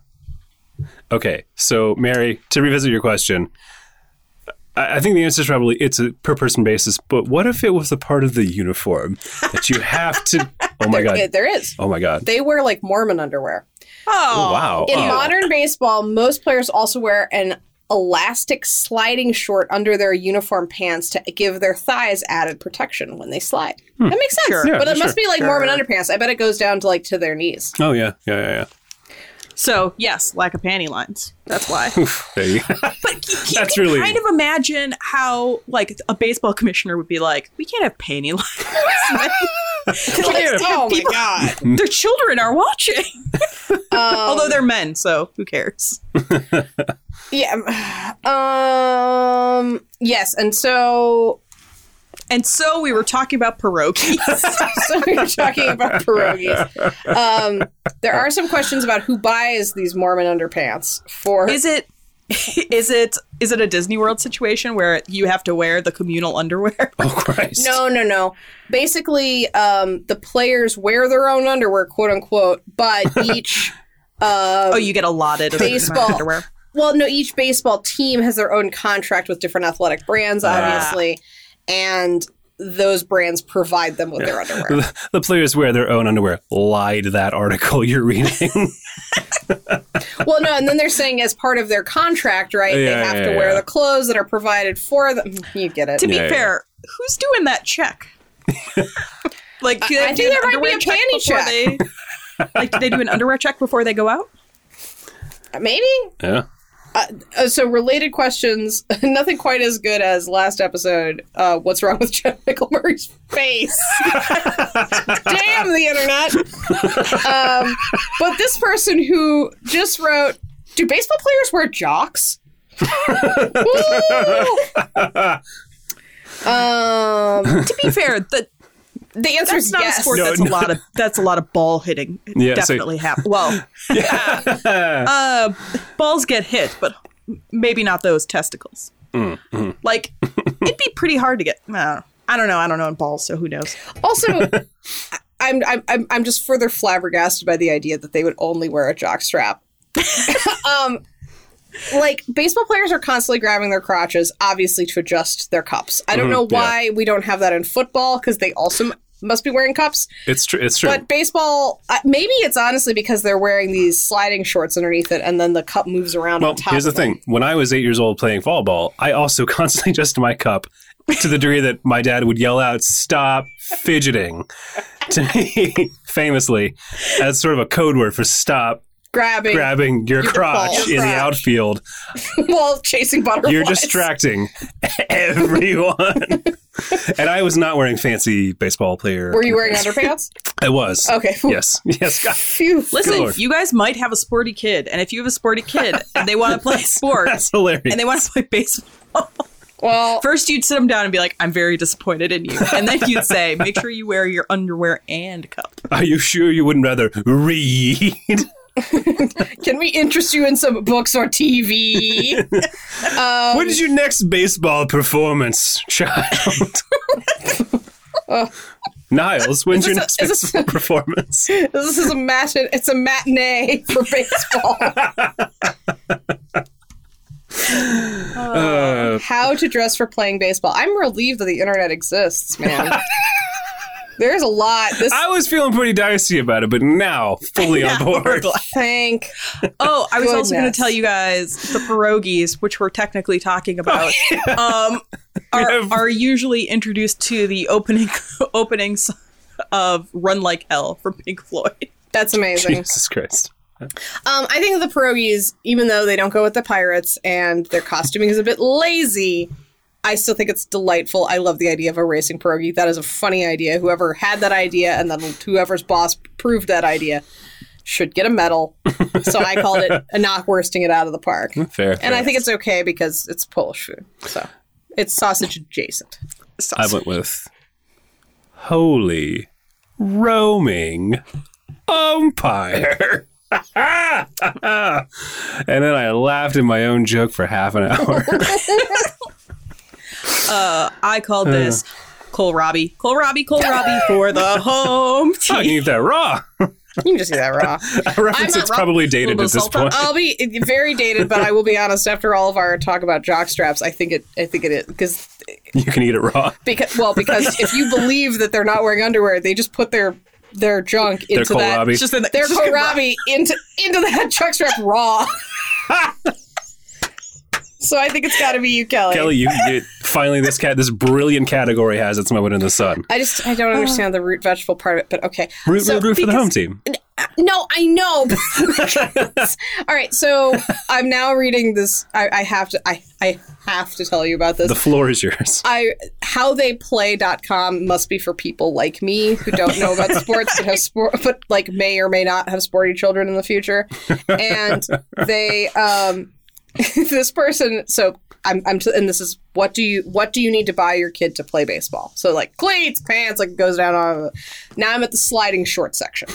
Speaker 1: Okay, so Mary, to revisit your question, I I think the answer is probably it's a per person basis. But what if it was a part of the uniform that you have to? Oh my
Speaker 3: Yeah,
Speaker 1: god!
Speaker 3: there is.
Speaker 1: Oh my god!
Speaker 3: They wear like Mormon underwear.
Speaker 2: Oh,
Speaker 1: Wow!
Speaker 3: In
Speaker 1: Oh.
Speaker 3: modern baseball, most players also wear an elastic sliding short under their uniform pants to give their thighs added protection when they slide. That makes sense.
Speaker 2: Sure.
Speaker 3: but
Speaker 1: Yeah,
Speaker 3: it must
Speaker 1: sure.
Speaker 3: be like Mormon underpants. I bet it goes down to like to their knees.
Speaker 1: Oh yeah, yeah, yeah, yeah.
Speaker 2: So yes, lack of panty lines. That's why.
Speaker 1: There you go.
Speaker 2: but you, you
Speaker 1: That's
Speaker 2: can
Speaker 1: really-
Speaker 2: kind of imagine how like a baseball commissioner would be like, we can't have panty lines.
Speaker 3: Like, oh my god.
Speaker 2: Their children are watching, although they're men, so who cares?
Speaker 3: Yeah. Um yes, and so
Speaker 2: And so we were talking about pierogies.
Speaker 3: so we were talking about pierogies. Um, there are some questions about who buys these Mormon underpants for.
Speaker 2: is it? Is it is it a Disney World situation where you have to wear the communal underwear?
Speaker 1: Oh Christ!
Speaker 3: no, no, no. Basically, um, the players wear their own underwear, quote unquote, but each. Uh,
Speaker 2: Oh, you get allotted of
Speaker 3: Baseball.
Speaker 2: underwear.
Speaker 3: well, no, each baseball team has their own contract with different athletic brands,
Speaker 1: Ah.
Speaker 3: obviously, and those brands provide them with their underwear.
Speaker 1: The, the players wear their own underwear. Lied that article you're reading.
Speaker 3: well, no, and then they're saying as part of their contract, right, they
Speaker 1: Yeah,
Speaker 3: have
Speaker 1: yeah,
Speaker 3: to wear
Speaker 1: yeah.
Speaker 3: the clothes that are provided for them. You get it.
Speaker 2: To be
Speaker 1: Yeah, yeah.
Speaker 2: fair, who's doing that check? like, do
Speaker 3: I- I
Speaker 2: they
Speaker 3: think
Speaker 2: do an
Speaker 3: there might be
Speaker 2: underwear
Speaker 3: a
Speaker 2: check
Speaker 3: panty
Speaker 2: before They, like, do they do an underwear check before they go out?
Speaker 3: Maybe
Speaker 1: yeah.
Speaker 3: Uh, so related questions, nothing quite as good as last episode. Uh, what's wrong with Jeff Murray's face? Damn the internet! um, but this person who just wrote, "Do baseball players wear jocks?" Woo! um,
Speaker 2: To be fair, the,
Speaker 3: the answer
Speaker 2: that's
Speaker 3: is
Speaker 2: not
Speaker 3: yes.
Speaker 2: a sport.
Speaker 1: No,
Speaker 2: that's
Speaker 1: no.
Speaker 2: a lot of that's a lot of ball hitting. It
Speaker 1: Yeah, so-
Speaker 2: definitely happen. Well, uh, balls get hit, but maybe not those testicles.
Speaker 1: Mm,
Speaker 2: Like, it'd be pretty hard to get. Uh, I don't know. I don't know in balls, so who knows?
Speaker 3: Also, I'm, I'm I'm I'm just further flabbergasted by the idea that they would only wear a jockstrap. um, like baseball players are constantly grabbing their crotches, obviously to adjust their cups. I don't know
Speaker 1: Mm-hmm, yeah.
Speaker 3: why we don't have that in football because they also m- must be wearing cups.
Speaker 1: It's true. It's true.
Speaker 3: But baseball, uh, maybe it's honestly because they're wearing these sliding shorts underneath it, and then the cup moves around
Speaker 1: Well,
Speaker 3: on top.
Speaker 1: here's the
Speaker 3: of them.
Speaker 1: thing. When I was eight years old playing fall ball, I also constantly adjusted my cup to the degree that my dad would yell out, Stop fidgeting to me, famously, as sort of a code word for stop
Speaker 3: Grabbing,
Speaker 1: grabbing your crotch
Speaker 3: ball.
Speaker 1: in the
Speaker 3: Crotch.
Speaker 1: outfield.
Speaker 3: while chasing butterflies.
Speaker 1: You're distracting everyone. and I was not wearing fancy baseball player.
Speaker 3: Were you wearing underpants?
Speaker 1: I was.
Speaker 3: Okay.
Speaker 1: Yes. Yes. God.
Speaker 3: Phew.
Speaker 2: Listen,
Speaker 1: Lord.
Speaker 2: you guys might have a sporty kid, and if you have a sporty kid and they want to play sports,
Speaker 1: That's hilarious.
Speaker 2: and they want to play baseball.
Speaker 3: Well,
Speaker 2: First, you'd sit them down and be like, "I'm very disappointed in you," and then you'd say, "Make sure you wear your underwear and cup."
Speaker 1: Are you sure you wouldn't rather read?
Speaker 3: Can we interest you in some books or TV?
Speaker 1: When is your next baseball performance, child? Niles, when's your
Speaker 3: this a-
Speaker 1: next
Speaker 3: is this-
Speaker 1: baseball performance?
Speaker 3: this is a matin- It's a matinee for baseball.
Speaker 1: Uh,
Speaker 3: How to dress for playing baseball? I'm relieved that the internet exists, man. There's a lot. This
Speaker 1: I was feeling pretty dicey about it, but now fully on board.
Speaker 3: thank.
Speaker 2: Oh, I was also going
Speaker 3: Goodness.
Speaker 2: to tell you guys the pierogies, which we're technically talking about,
Speaker 4: Oh,
Speaker 2: um, are,
Speaker 1: Yeah.
Speaker 2: are usually introduced to the opening openings of "Run Like Hell" from Pink Floyd.
Speaker 3: That's amazing.
Speaker 1: Jesus Christ.
Speaker 3: Um, I think the pierogies, even though they don't go with the pirates and their costuming is a bit lazy, I still think it's delightful. I love the idea of a racing pierogi. That is a funny idea. Whoever had that idea and then whoever's boss proved that idea should get a medal. so I called it a knock worsting it out of the park. And
Speaker 1: Fair.
Speaker 3: I think it's okay because it's Polish food. So it's sausage adjacent.
Speaker 1: I went with holy roaming umpire. and then I laughed at my own joke for half an hour.
Speaker 2: I called
Speaker 4: Uh.
Speaker 2: this Cole Robbie, Cole Robbie, Cole Robbie for the home team.
Speaker 1: I can eat that raw.
Speaker 3: You can just eat that
Speaker 4: A
Speaker 3: raw.
Speaker 4: reference
Speaker 3: not
Speaker 4: that's
Speaker 3: wrong.
Speaker 4: probably dated
Speaker 2: Little
Speaker 4: at this
Speaker 2: salt on-
Speaker 4: point.
Speaker 3: I'll be very dated, but I will be honest. After all of our talk about jock straps, I think it. I think it is because
Speaker 4: You can eat it raw.
Speaker 3: because well because if you believe that they're not wearing underwear, they just put their their junk
Speaker 4: They're
Speaker 3: into that.
Speaker 4: kohlrabi.
Speaker 2: It's just in the,
Speaker 3: Their
Speaker 2: it's just in the-
Speaker 3: kohlrabi into into that jock strap raw. so I think it's got to be you, Kelly.
Speaker 4: Kelly, you, you finally this cat this brilliant category has its moment in the sun.
Speaker 3: I just I don't understand the root vegetable part of it, but okay.
Speaker 4: Root,
Speaker 3: So,
Speaker 4: root, root for the
Speaker 3: because-
Speaker 4: home team.
Speaker 3: No, I know. All right, so I'm now reading this. I, I have to. I I have to tell you about this.
Speaker 4: The floor is yours.
Speaker 3: I howtheyplay.com must be for people like me who don't know about sports but have sport but like may or may not have sporty children in the future. And they um this person so I'm I'm t- and this is what do you what do you need to buy your kid to play baseball? So like cleats, pants, like goes down on now I'm at the sliding short section.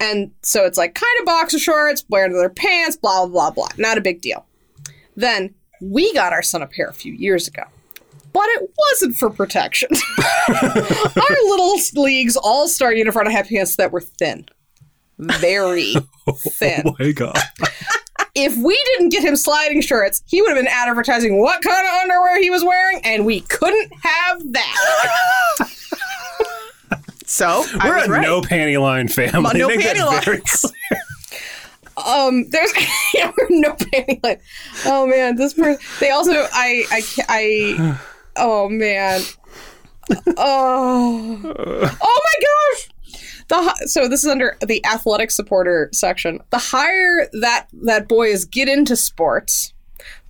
Speaker 3: and so it's like kind of boxer shorts, wear under their pants, blah blah blah blah. Not a big deal. Then we got our son a pair a few years ago but it wasn't for protection. Our little league's all star uniform had pants that were thin. Very thin.
Speaker 4: my god.
Speaker 3: If we didn't get him sliding shorts, he would have been advertising what kind of underwear he was wearing, and we couldn't have that.
Speaker 2: So I
Speaker 4: We're
Speaker 2: was
Speaker 4: a
Speaker 2: right.
Speaker 4: no panty line family.
Speaker 2: no
Speaker 4: Make that
Speaker 2: panty
Speaker 4: very
Speaker 2: lines.
Speaker 4: clear.
Speaker 3: Um, there's yeah, we're no panty line. Oh man, this person. They also I I ca- I. Oh man. Oh. Oh my gosh. The hi- so this is under the athletic supporter section. The higher that that boys get into sports,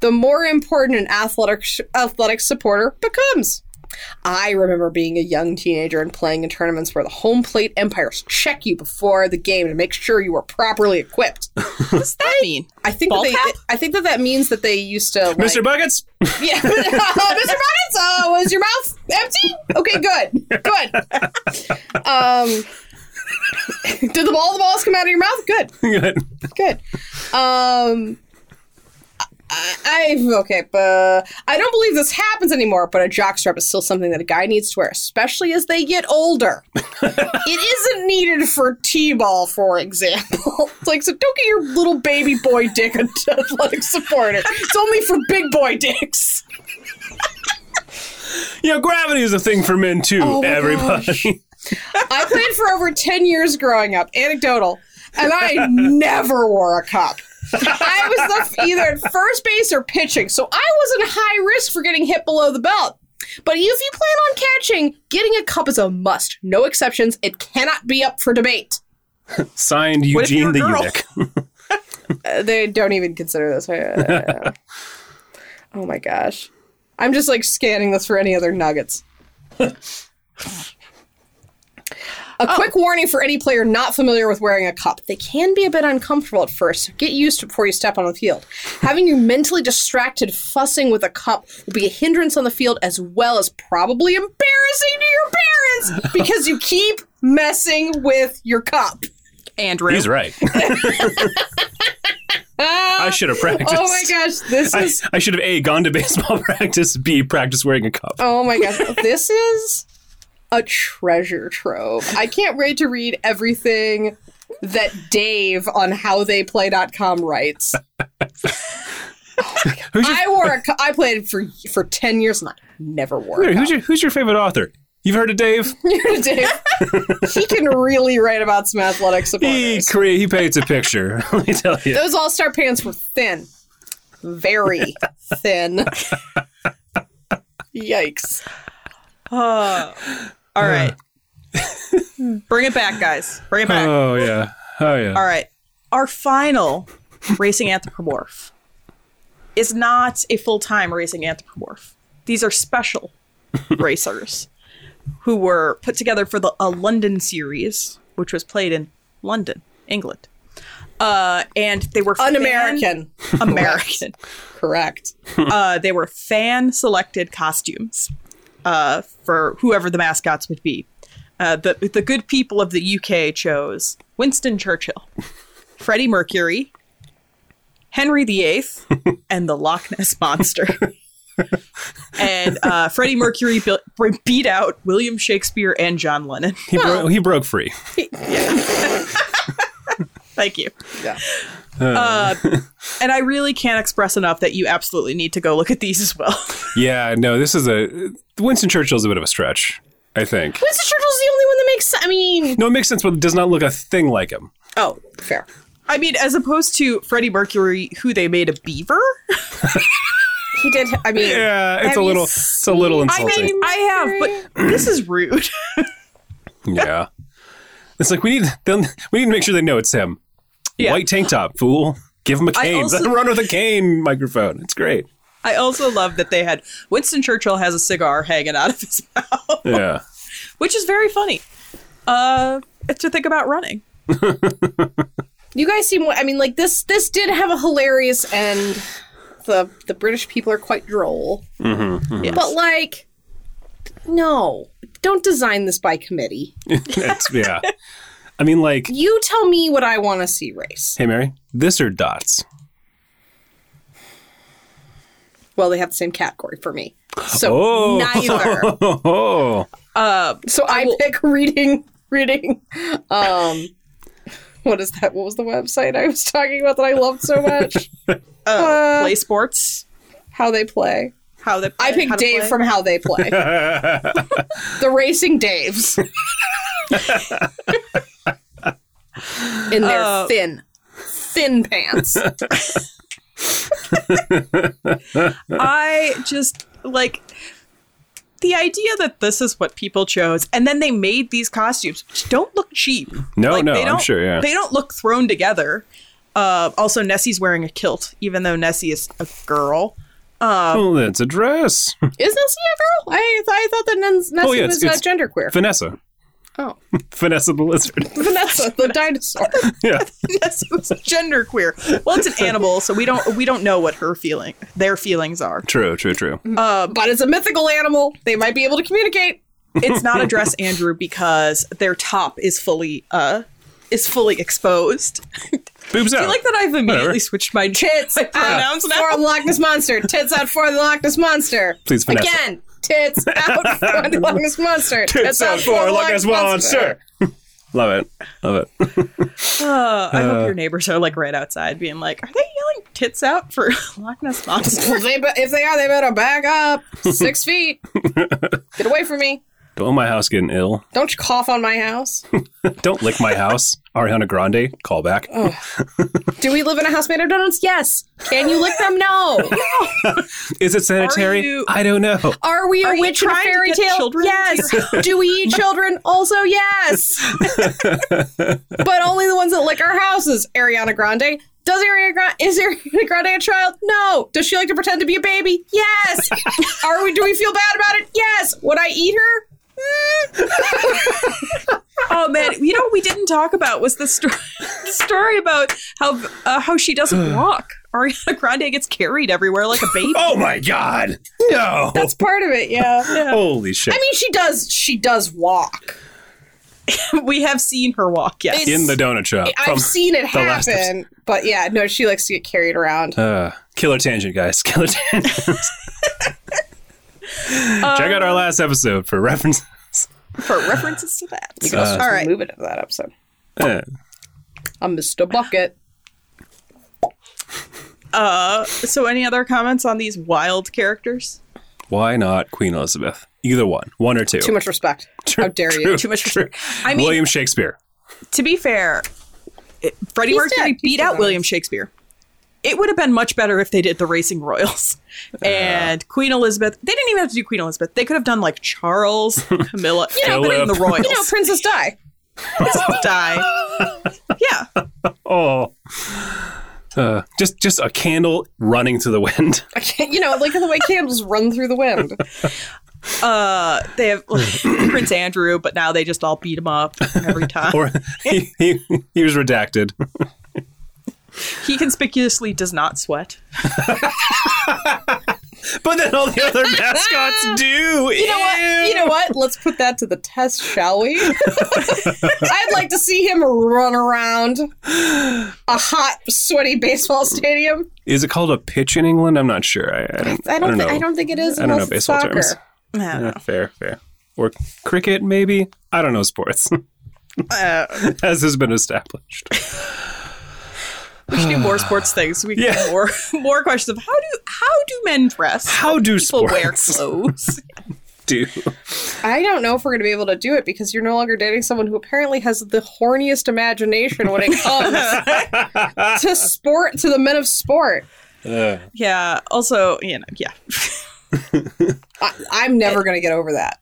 Speaker 3: the more important an athletic athletic supporter becomes. I remember being a young teenager and playing in tournaments where the home plate umpires check you before the game to make sure you are properly equipped.
Speaker 2: What does that mean?
Speaker 3: I think
Speaker 2: Ball
Speaker 3: that
Speaker 2: cap?
Speaker 3: they, I think that that means that they used to like,
Speaker 4: Mr. Buckets,
Speaker 3: yeah, Mr. Buckets, uh, was your mouth empty? Okay, good, good. Um, did the ball the balls come out of your mouth? Good,
Speaker 4: Good.
Speaker 3: good. Um, I, I okay, but I don't believe this happens anymore. But a jockstrap is still something that a guy needs to wear, especially as they get older. it isn't needed for t-ball, for example. It's like, so don't get your little baby boy dick an athletic supporter. It's only for big boy dicks.
Speaker 4: you know, gravity is a thing for men too,
Speaker 3: my
Speaker 4: everybody.
Speaker 3: I played for over 10 years growing up, anecdotal, and I never wore a cup. I was the, either at first base or pitching, so I wasn't high risk for getting hit below the belt. But if you plan on catching, getting a cup is a must. No exceptions. It cannot be up for debate.
Speaker 4: Signed
Speaker 2: if you
Speaker 4: Eugene
Speaker 2: were
Speaker 4: the
Speaker 2: a girl?
Speaker 4: eunuch.
Speaker 3: Uh, they don't even consider this. Uh, oh my gosh. I'm just like scanning this for any other nuggets. a
Speaker 4: Oh.
Speaker 3: quick warning for any player not familiar with wearing a cup. They can be a bit uncomfortable at first. so Get used to it before you step on the field. Having you mentally distracted fussing with a cup will be a hindrance on the field as well as probably embarrassing to your parents because you keep messing with your cup.
Speaker 2: And Rue.
Speaker 4: He's right. I should have practiced.
Speaker 3: Oh my gosh, this
Speaker 4: I,
Speaker 3: is
Speaker 4: I should have A, gone to baseball practice, B, practice wearing a cup.
Speaker 3: Oh my gosh, this is a treasure trove. I can't wait to read everything that Dave on howtheyplay.com writes.
Speaker 4: Who's your,
Speaker 3: I wore a cu- I played for for 10 years and I never wore
Speaker 4: Hey,
Speaker 3: it.
Speaker 4: who's your who's your favorite author? You've heard of Dave?
Speaker 3: Dave, he can really write about some athletic
Speaker 4: He
Speaker 3: supporters.
Speaker 4: create, he paints a picture. Let me tell you.
Speaker 3: Those all-star pants were thin. Very thin. Yikes.
Speaker 2: Oh. all
Speaker 4: Uh.
Speaker 2: right. Bring it back, guys. Bring it back.
Speaker 4: Oh yeah. Oh yeah.
Speaker 2: all right. Our final racing anthropomorph is not a full time racing anthropomorph. These are special racers who were put together for the a London series, which was played in London, England. Uh, and they were fan-
Speaker 3: Un-American.
Speaker 2: American.
Speaker 3: Correct.
Speaker 2: uh, they were fan selected costumes uh, for whoever the mascots would be. Uh, the the good people of the UK chose Winston Churchill, Freddie Mercury, Henry VIII, and the Loch Ness Monster. and uh, Freddie Mercury built, beat out William Shakespeare and John Lennon.
Speaker 4: He, bro- he broke free.
Speaker 2: Thank you.
Speaker 3: Yeah.
Speaker 2: Uh, and I really can't express enough that you absolutely need to go look at these as well.
Speaker 1: Yeah, no, this is a Winston Churchill's a bit of a stretch, I think.
Speaker 3: Winston Churchill's the only one that makes sense. I mean,
Speaker 1: No, it makes sense, but it does not look a thing like him.
Speaker 2: oh,
Speaker 3: fair.
Speaker 2: I mean, as opposed to Freddie Mercury, who they made a beaver.
Speaker 3: He did. I mean,
Speaker 1: Yeah, it's
Speaker 3: Have
Speaker 1: a
Speaker 3: you
Speaker 1: little, it's a little
Speaker 2: I
Speaker 1: insulting.
Speaker 2: mean, I have, but this is rude.
Speaker 1: yeah, it's like we need, they'll- we need to make sure they know it's him.
Speaker 2: Yeah.
Speaker 1: White tank top, fool. Give him a
Speaker 2: I
Speaker 1: cane.
Speaker 2: also-
Speaker 1: Let him run with a cane microphone. It's great.
Speaker 2: I also love that they had Winston Churchill has a cigar hanging out of his mouth,
Speaker 1: Yeah.
Speaker 2: which is very funny. Uh, to think about running.
Speaker 3: you guys seem. I mean, like this. This did have a hilarious end. The the British people are quite droll,
Speaker 1: Mm-hmm,
Speaker 2: Yes.
Speaker 3: but like, no, don't design this by committee.
Speaker 1: That's, yeah. I mean, like,
Speaker 3: You tell me what I want to see race.
Speaker 1: hey, Mary, this or dots?
Speaker 3: Well, they have the same category for me, so
Speaker 1: Oh.
Speaker 3: neither.
Speaker 1: Oh,
Speaker 2: Uh,
Speaker 3: So I, pick reading, reading. Um, what is that? What was the website I was talking about that I loved so much? Uh,
Speaker 2: play sports.
Speaker 3: how they play.
Speaker 2: How they play-
Speaker 3: I
Speaker 2: how
Speaker 3: picked
Speaker 2: to
Speaker 3: Dave
Speaker 2: play.
Speaker 3: from How They Play. the Racing Daves. In their
Speaker 2: Uh,
Speaker 3: thin, thin pants.
Speaker 2: I just like the idea that this is what people chose, and then they made these costumes, which don't look cheap.
Speaker 1: No,
Speaker 2: Like,
Speaker 1: no,
Speaker 2: they
Speaker 1: I'm
Speaker 2: don't-
Speaker 1: sure, yeah.
Speaker 2: they don't look thrown together. Uh, also, Nessie's wearing a kilt, even though Nessie is a girl. Um,
Speaker 1: well, that's a dress.
Speaker 3: Is Nessie a girl? I, I thought that Nes- Nessie
Speaker 1: Oh, yeah, it's-
Speaker 3: was uh,
Speaker 1: it's-
Speaker 3: genderqueer.
Speaker 1: Vanessa.
Speaker 3: oh.
Speaker 1: Vanessa the lizard.
Speaker 3: Vanessa, the dinosaur.
Speaker 1: Yeah.
Speaker 2: Nessie was genderqueer. Well, it's an animal, so we don't we don't know what her feeling their feelings are.
Speaker 1: True, true, true.
Speaker 3: Uh, but it's a mythical animal. They might be able to communicate.
Speaker 2: It's not a dress, Andrew, because their top is fully uh is fully exposed.
Speaker 1: Boobs out.
Speaker 2: I like that I've immediately
Speaker 1: Whatever.
Speaker 2: switched my
Speaker 3: Tits
Speaker 2: my
Speaker 3: out
Speaker 2: pronouns now.
Speaker 3: for the Loch Ness monster. Tits out for the Loch Ness monster.
Speaker 1: Please, Vanessa.
Speaker 3: Again, tits out for the Loch Ness monster. Tits,
Speaker 1: Love it. Love it.
Speaker 2: Uh, I hope your neighbors are like right outside, being like, "Are they yelling tits out for Loch Ness monster?"
Speaker 3: Well, they be- if they are, they better back up six feet. Get away from me.
Speaker 1: Don't want my house getting ill.
Speaker 3: Don't you cough on my house.
Speaker 1: Don't lick my house. Ariana Grande, call back.
Speaker 3: Do we live in a house made of donuts? Yes. Can you lick them? No.
Speaker 1: Is it sanitary?
Speaker 2: Are you-
Speaker 1: I don't know.
Speaker 3: Are we a
Speaker 2: Are you
Speaker 3: witch in a
Speaker 2: trying to
Speaker 3: fairy
Speaker 2: get
Speaker 3: tale?
Speaker 2: children
Speaker 3: yes. Do we eat children? Also, yes. but only the ones that lick our houses. Ariana Grande. Does Ariana Grande is Ariana Grande a child? No. Does she like to pretend to be a baby? Yes. Are we? Do we feel bad about it? Yes. Would I eat her?
Speaker 2: oh man, you know what we didn't talk about was the story, the story about how uh, how she doesn't walk. Ariana Grande gets carried everywhere like a baby.
Speaker 1: Oh my God. No.
Speaker 3: That's part of it. Yeah.
Speaker 1: Holy shit.
Speaker 3: I mean, she does. She does walk.
Speaker 2: we have seen her walk. Yes,
Speaker 3: It's-
Speaker 1: In the donut shop. From-
Speaker 3: I've seen it
Speaker 1: the last
Speaker 3: happen. But yeah, no, she likes to get carried around.
Speaker 1: uh, killer tangent, guys. Killer tangent. Check out our last episode for reference.
Speaker 2: for references to that.
Speaker 3: You can also just
Speaker 2: all right.
Speaker 3: move it into that episode.
Speaker 1: Uh,
Speaker 3: I'm Mr. Bucket.
Speaker 2: So, any other comments on these wild characters?
Speaker 1: why not Queen Elizabeth? Either one. One or two.
Speaker 3: Too much respect. How dare you?
Speaker 1: Too much.
Speaker 2: I mean,
Speaker 1: William Shakespeare.
Speaker 2: to be fair, it, Freddie
Speaker 3: He's
Speaker 2: Mercury
Speaker 3: dead. He's
Speaker 2: beat
Speaker 3: dead
Speaker 2: out
Speaker 3: on
Speaker 2: William
Speaker 3: us.
Speaker 2: Shakespeare. It would have been much better if they did the Racing Royals and Queen Elizabeth. They didn't even have to do Queen Elizabeth. They could have done like Charles, Camilla, everybody in the
Speaker 1: Philip.
Speaker 2: Royals.
Speaker 3: You know, Princess Di.
Speaker 2: die. Yeah,
Speaker 1: Oh. Uh, just just a candle running to the wind.
Speaker 3: I can't, you know, like the way candles run through the wind.
Speaker 2: uh, they have like, Prince Andrew, but now they just all beat him up every time.
Speaker 1: Or he, he, he was redacted.
Speaker 2: he conspicuously does not sweat.
Speaker 1: But then all the other mascots do.
Speaker 3: You know what? You know what? Let's put that to the test, shall we? I'd like to see him run around a hot, sweaty baseball stadium.
Speaker 1: Is it called a pitch in England? I'm not sure. I, I don't,
Speaker 3: I don't.
Speaker 1: know.
Speaker 3: thi- I don't think it is.
Speaker 1: I don't know
Speaker 3: unless it's
Speaker 1: baseball
Speaker 3: soccer.
Speaker 1: terms.
Speaker 2: Yeah.
Speaker 1: Uh, fair, fair. Or cricket, maybe? I don't know sports,
Speaker 2: Uh,
Speaker 1: as has been established.
Speaker 2: do more sports things. We get
Speaker 1: Yeah.
Speaker 2: more more questions of how do how do men dress?
Speaker 1: How do
Speaker 2: people wear
Speaker 1: sports?
Speaker 2: clothes?
Speaker 1: do
Speaker 3: I don't know if we're going to be able to do it because you're no longer dating someone who apparently has the horniest imagination when it comes to sport, to the men of sport.
Speaker 1: Uh,
Speaker 2: yeah. Also, you know, yeah.
Speaker 3: I, I'm never going to get over that.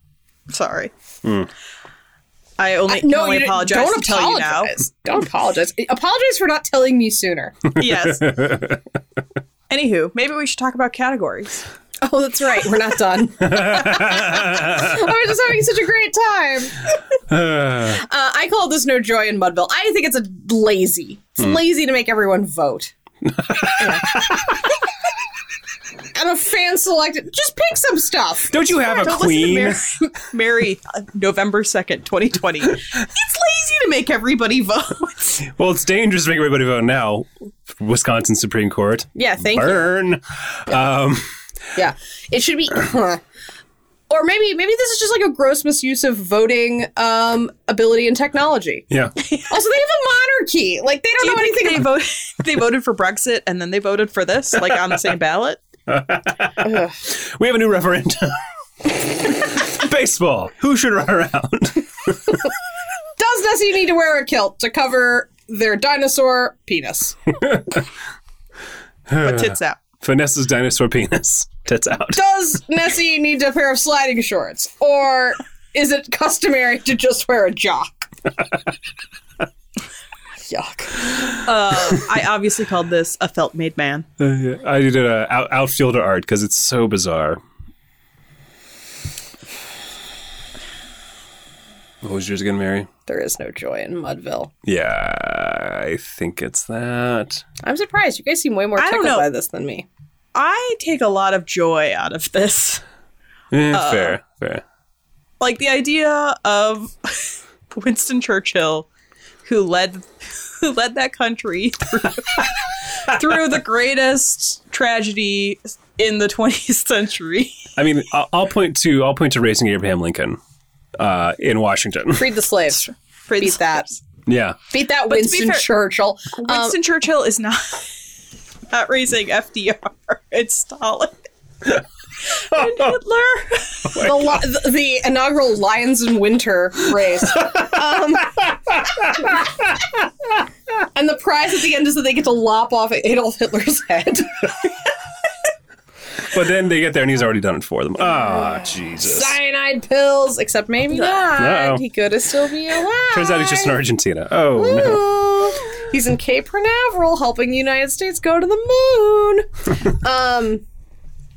Speaker 2: Sorry.
Speaker 1: Hmm.
Speaker 2: I only can
Speaker 3: No,
Speaker 2: only
Speaker 3: you
Speaker 2: apologize to
Speaker 3: Don't
Speaker 2: tell you now.
Speaker 3: apologize. Don't apologize. Apologize for not telling me sooner.
Speaker 2: yes. Anywho, maybe we should talk about categories.
Speaker 3: Oh, that's right. We're not done. I was just having such a great time. Uh, I call this no joy in Mudville. I think it's a lazy. It's
Speaker 2: Hmm.
Speaker 3: lazy to make everyone vote. and a fan selected. Just pick some stuff.
Speaker 1: not you have a
Speaker 2: Don't
Speaker 1: queen?
Speaker 2: listen to Mary, Mary uh, November 2nd, 2020. It's lazy to make everybody vote.
Speaker 1: Well, it's dangerous to make everybody vote now. Wisconsin Supreme Court.
Speaker 3: Yeah, thank you.
Speaker 1: Burn. Um,
Speaker 3: Yeah, it should be. Or maybe maybe this is just like a gross misuse of voting um, ability and technology.
Speaker 1: yeah.
Speaker 3: Also, they have a monarchy. Like they don't
Speaker 2: Do you
Speaker 3: know
Speaker 2: think
Speaker 3: anything
Speaker 2: they, vote, they voted for Brexit and then they voted for this, like on the same ballot?
Speaker 1: We have a new referendum. Baseball. Who should run around?
Speaker 3: does Nessie need to wear a kilt to cover their dinosaur penis?
Speaker 2: But tits out.
Speaker 1: Vanessa's dinosaur penis. Tits out.
Speaker 3: Does Nessie need a pair of sliding shorts? Or is it customary to just wear a jock? Yuck.
Speaker 2: Uh, I obviously called this a felt made man.
Speaker 1: I did a out, outfielder art because it's so bizarre. What was yours again, Mary?
Speaker 3: There is no joy in Mudville.
Speaker 1: Yeah, I think it's that.
Speaker 3: I'm surprised. You guys seem way more
Speaker 2: I don't
Speaker 3: tickled
Speaker 2: know.
Speaker 3: by this than me.
Speaker 2: I take a lot of joy out of this.
Speaker 1: Eh, fair, fair.
Speaker 2: Like the idea of Winston Churchill, who led who led that country through, through the greatest tragedy in the 20th century.
Speaker 1: I mean, I'll, I'll point to I'll point to racing Abraham Lincoln uh, in Washington.
Speaker 3: Freed the slaves.
Speaker 2: Prince-
Speaker 3: Beat that.
Speaker 1: yeah,
Speaker 3: Beat that
Speaker 2: to be
Speaker 3: Winston
Speaker 2: fair-
Speaker 3: Churchill. Um,
Speaker 2: Winston Churchill is not not raising FDR. It's Stalin and Hitler.
Speaker 3: the, li- the, the inaugural Lions in Winter race. um, and the prize at the end is that they get to lop off Adolf Hitler's head.
Speaker 1: but then they get there and he's already done it for them. Ah, Jesus!
Speaker 3: Cyanide pills, except maybe not.
Speaker 1: No.
Speaker 3: He could have still be alive.
Speaker 1: Turns out he's just in Argentina. Oh no!
Speaker 3: Ooh. He's in Cape Canaveral helping the United States go to the moon. um,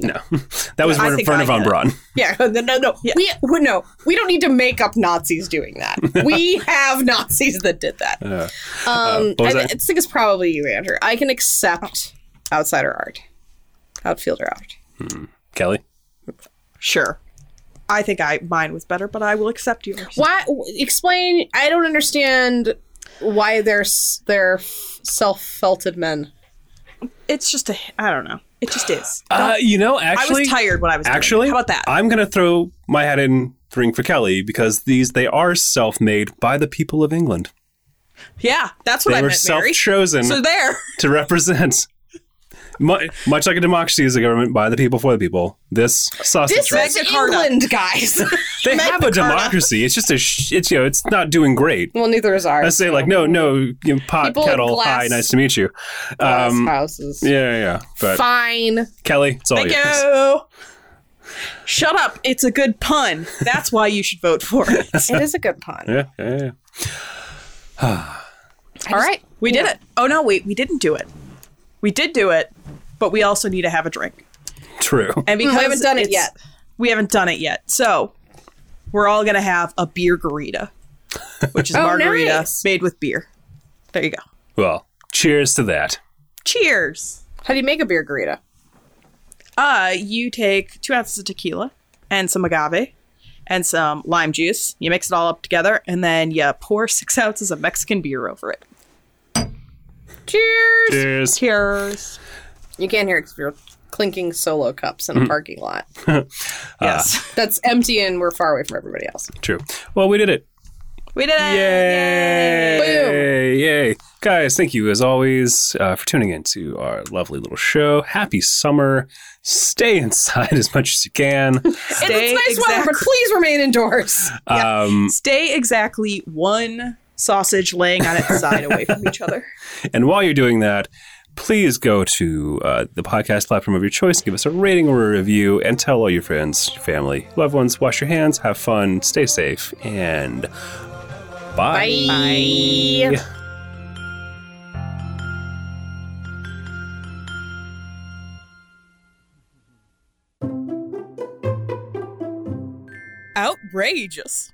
Speaker 1: No, that was
Speaker 2: I
Speaker 1: Werner
Speaker 2: think
Speaker 1: Werner
Speaker 2: I
Speaker 1: von
Speaker 2: get it. Um,
Speaker 1: Braun.
Speaker 3: yeah, no, no, no. We, we- no, we don't need to make up Nazis doing that. we have Nazis that did that. Um,
Speaker 1: Uh, what was
Speaker 3: I,
Speaker 1: that?
Speaker 3: I think it's probably you, Andrew. I can accept outsider art, outfielder art.
Speaker 1: Kelly.
Speaker 2: Sure. I think I mine was better, but I will accept yours.
Speaker 3: Why? w- Explain. I don't understand why they're s- they're self felted men.
Speaker 2: It's just a I don't know. It just is.
Speaker 1: Uh, you know,
Speaker 2: I
Speaker 1: actually,
Speaker 2: was tired when I was doing it.
Speaker 1: Actually,
Speaker 2: How about that?
Speaker 1: I'm gonna throw my hat in the ring for Kelly because these they are self-made by the people of England.
Speaker 2: yeah, that's what
Speaker 1: They
Speaker 2: I
Speaker 1: were
Speaker 2: meant, Mary.
Speaker 1: self-chosen
Speaker 3: Mm.
Speaker 2: So there.
Speaker 1: to represent. Mu- much like a democracy is a government by the people for the people. This sausage.
Speaker 3: This
Speaker 1: roll-
Speaker 3: is
Speaker 2: Magna Carta.
Speaker 3: England, guys.
Speaker 1: they have a democracy. It's just a. Sh- it's you know. It's not doing great.
Speaker 3: well, neither is
Speaker 1: I
Speaker 3: ours.
Speaker 1: say like no, no you know, pot
Speaker 3: People in
Speaker 1: kettle.
Speaker 3: glass-
Speaker 1: Hi, nice to meet you.
Speaker 3: Glass
Speaker 1: Um,
Speaker 3: houses.
Speaker 1: yeah, yeah, yeah. But
Speaker 3: Fine.
Speaker 1: Kelly, it's all
Speaker 3: Oh,
Speaker 2: Thank
Speaker 1: yours.
Speaker 2: you. Shut up. It's a good pun. That's why you should vote for it.
Speaker 3: It is a good pun.
Speaker 1: Yeah, yeah, yeah.
Speaker 3: All right.
Speaker 2: We did it. Oh no, wait, we didn't do it. We did do it, but we also need to have a drink.
Speaker 1: True.
Speaker 2: And because
Speaker 3: haven't done it
Speaker 2: it's-
Speaker 3: yet.
Speaker 2: we haven't done it yet. So we're all gonna have a beer garita, which is
Speaker 3: Oh,
Speaker 2: margarita
Speaker 3: nice.
Speaker 2: made with beer. There you go.
Speaker 1: Well, cheers to that.
Speaker 2: Cheers.
Speaker 3: How do you make a beer garita?
Speaker 2: Uh, you take two ounces of tequila and some agave and some lime juice. You mix it all up together, and then you pour six ounces of Mexican beer over it.
Speaker 3: Cheers.
Speaker 1: Cheers.
Speaker 2: Cheers.
Speaker 3: You can't hear it because we're clinking solo cups
Speaker 1: Mm-hmm.
Speaker 3: in a parking lot.
Speaker 2: Yes,
Speaker 3: That's empty and we're far away from everybody else.
Speaker 1: True. Well, we did it.
Speaker 2: we did it.
Speaker 1: Yay! Yay! Guys, thank you as always uh, for tuning in to our lovely little show. Happy summer. Stay inside as much as you can.
Speaker 3: And
Speaker 2: Stay
Speaker 3: it's nice weather,
Speaker 2: exact-
Speaker 3: but please remain indoors.
Speaker 2: Yeah.
Speaker 1: Um,
Speaker 2: Stay exactly one sausage laying on its side away from each other.
Speaker 1: and while you're doing that, please go to uh, the podcast platform of your choice, give us a rating or a review, and tell all your friends, your family, loved ones, wash your hands, have fun, stay safe, and bye.
Speaker 3: Bye.
Speaker 2: Outrageous.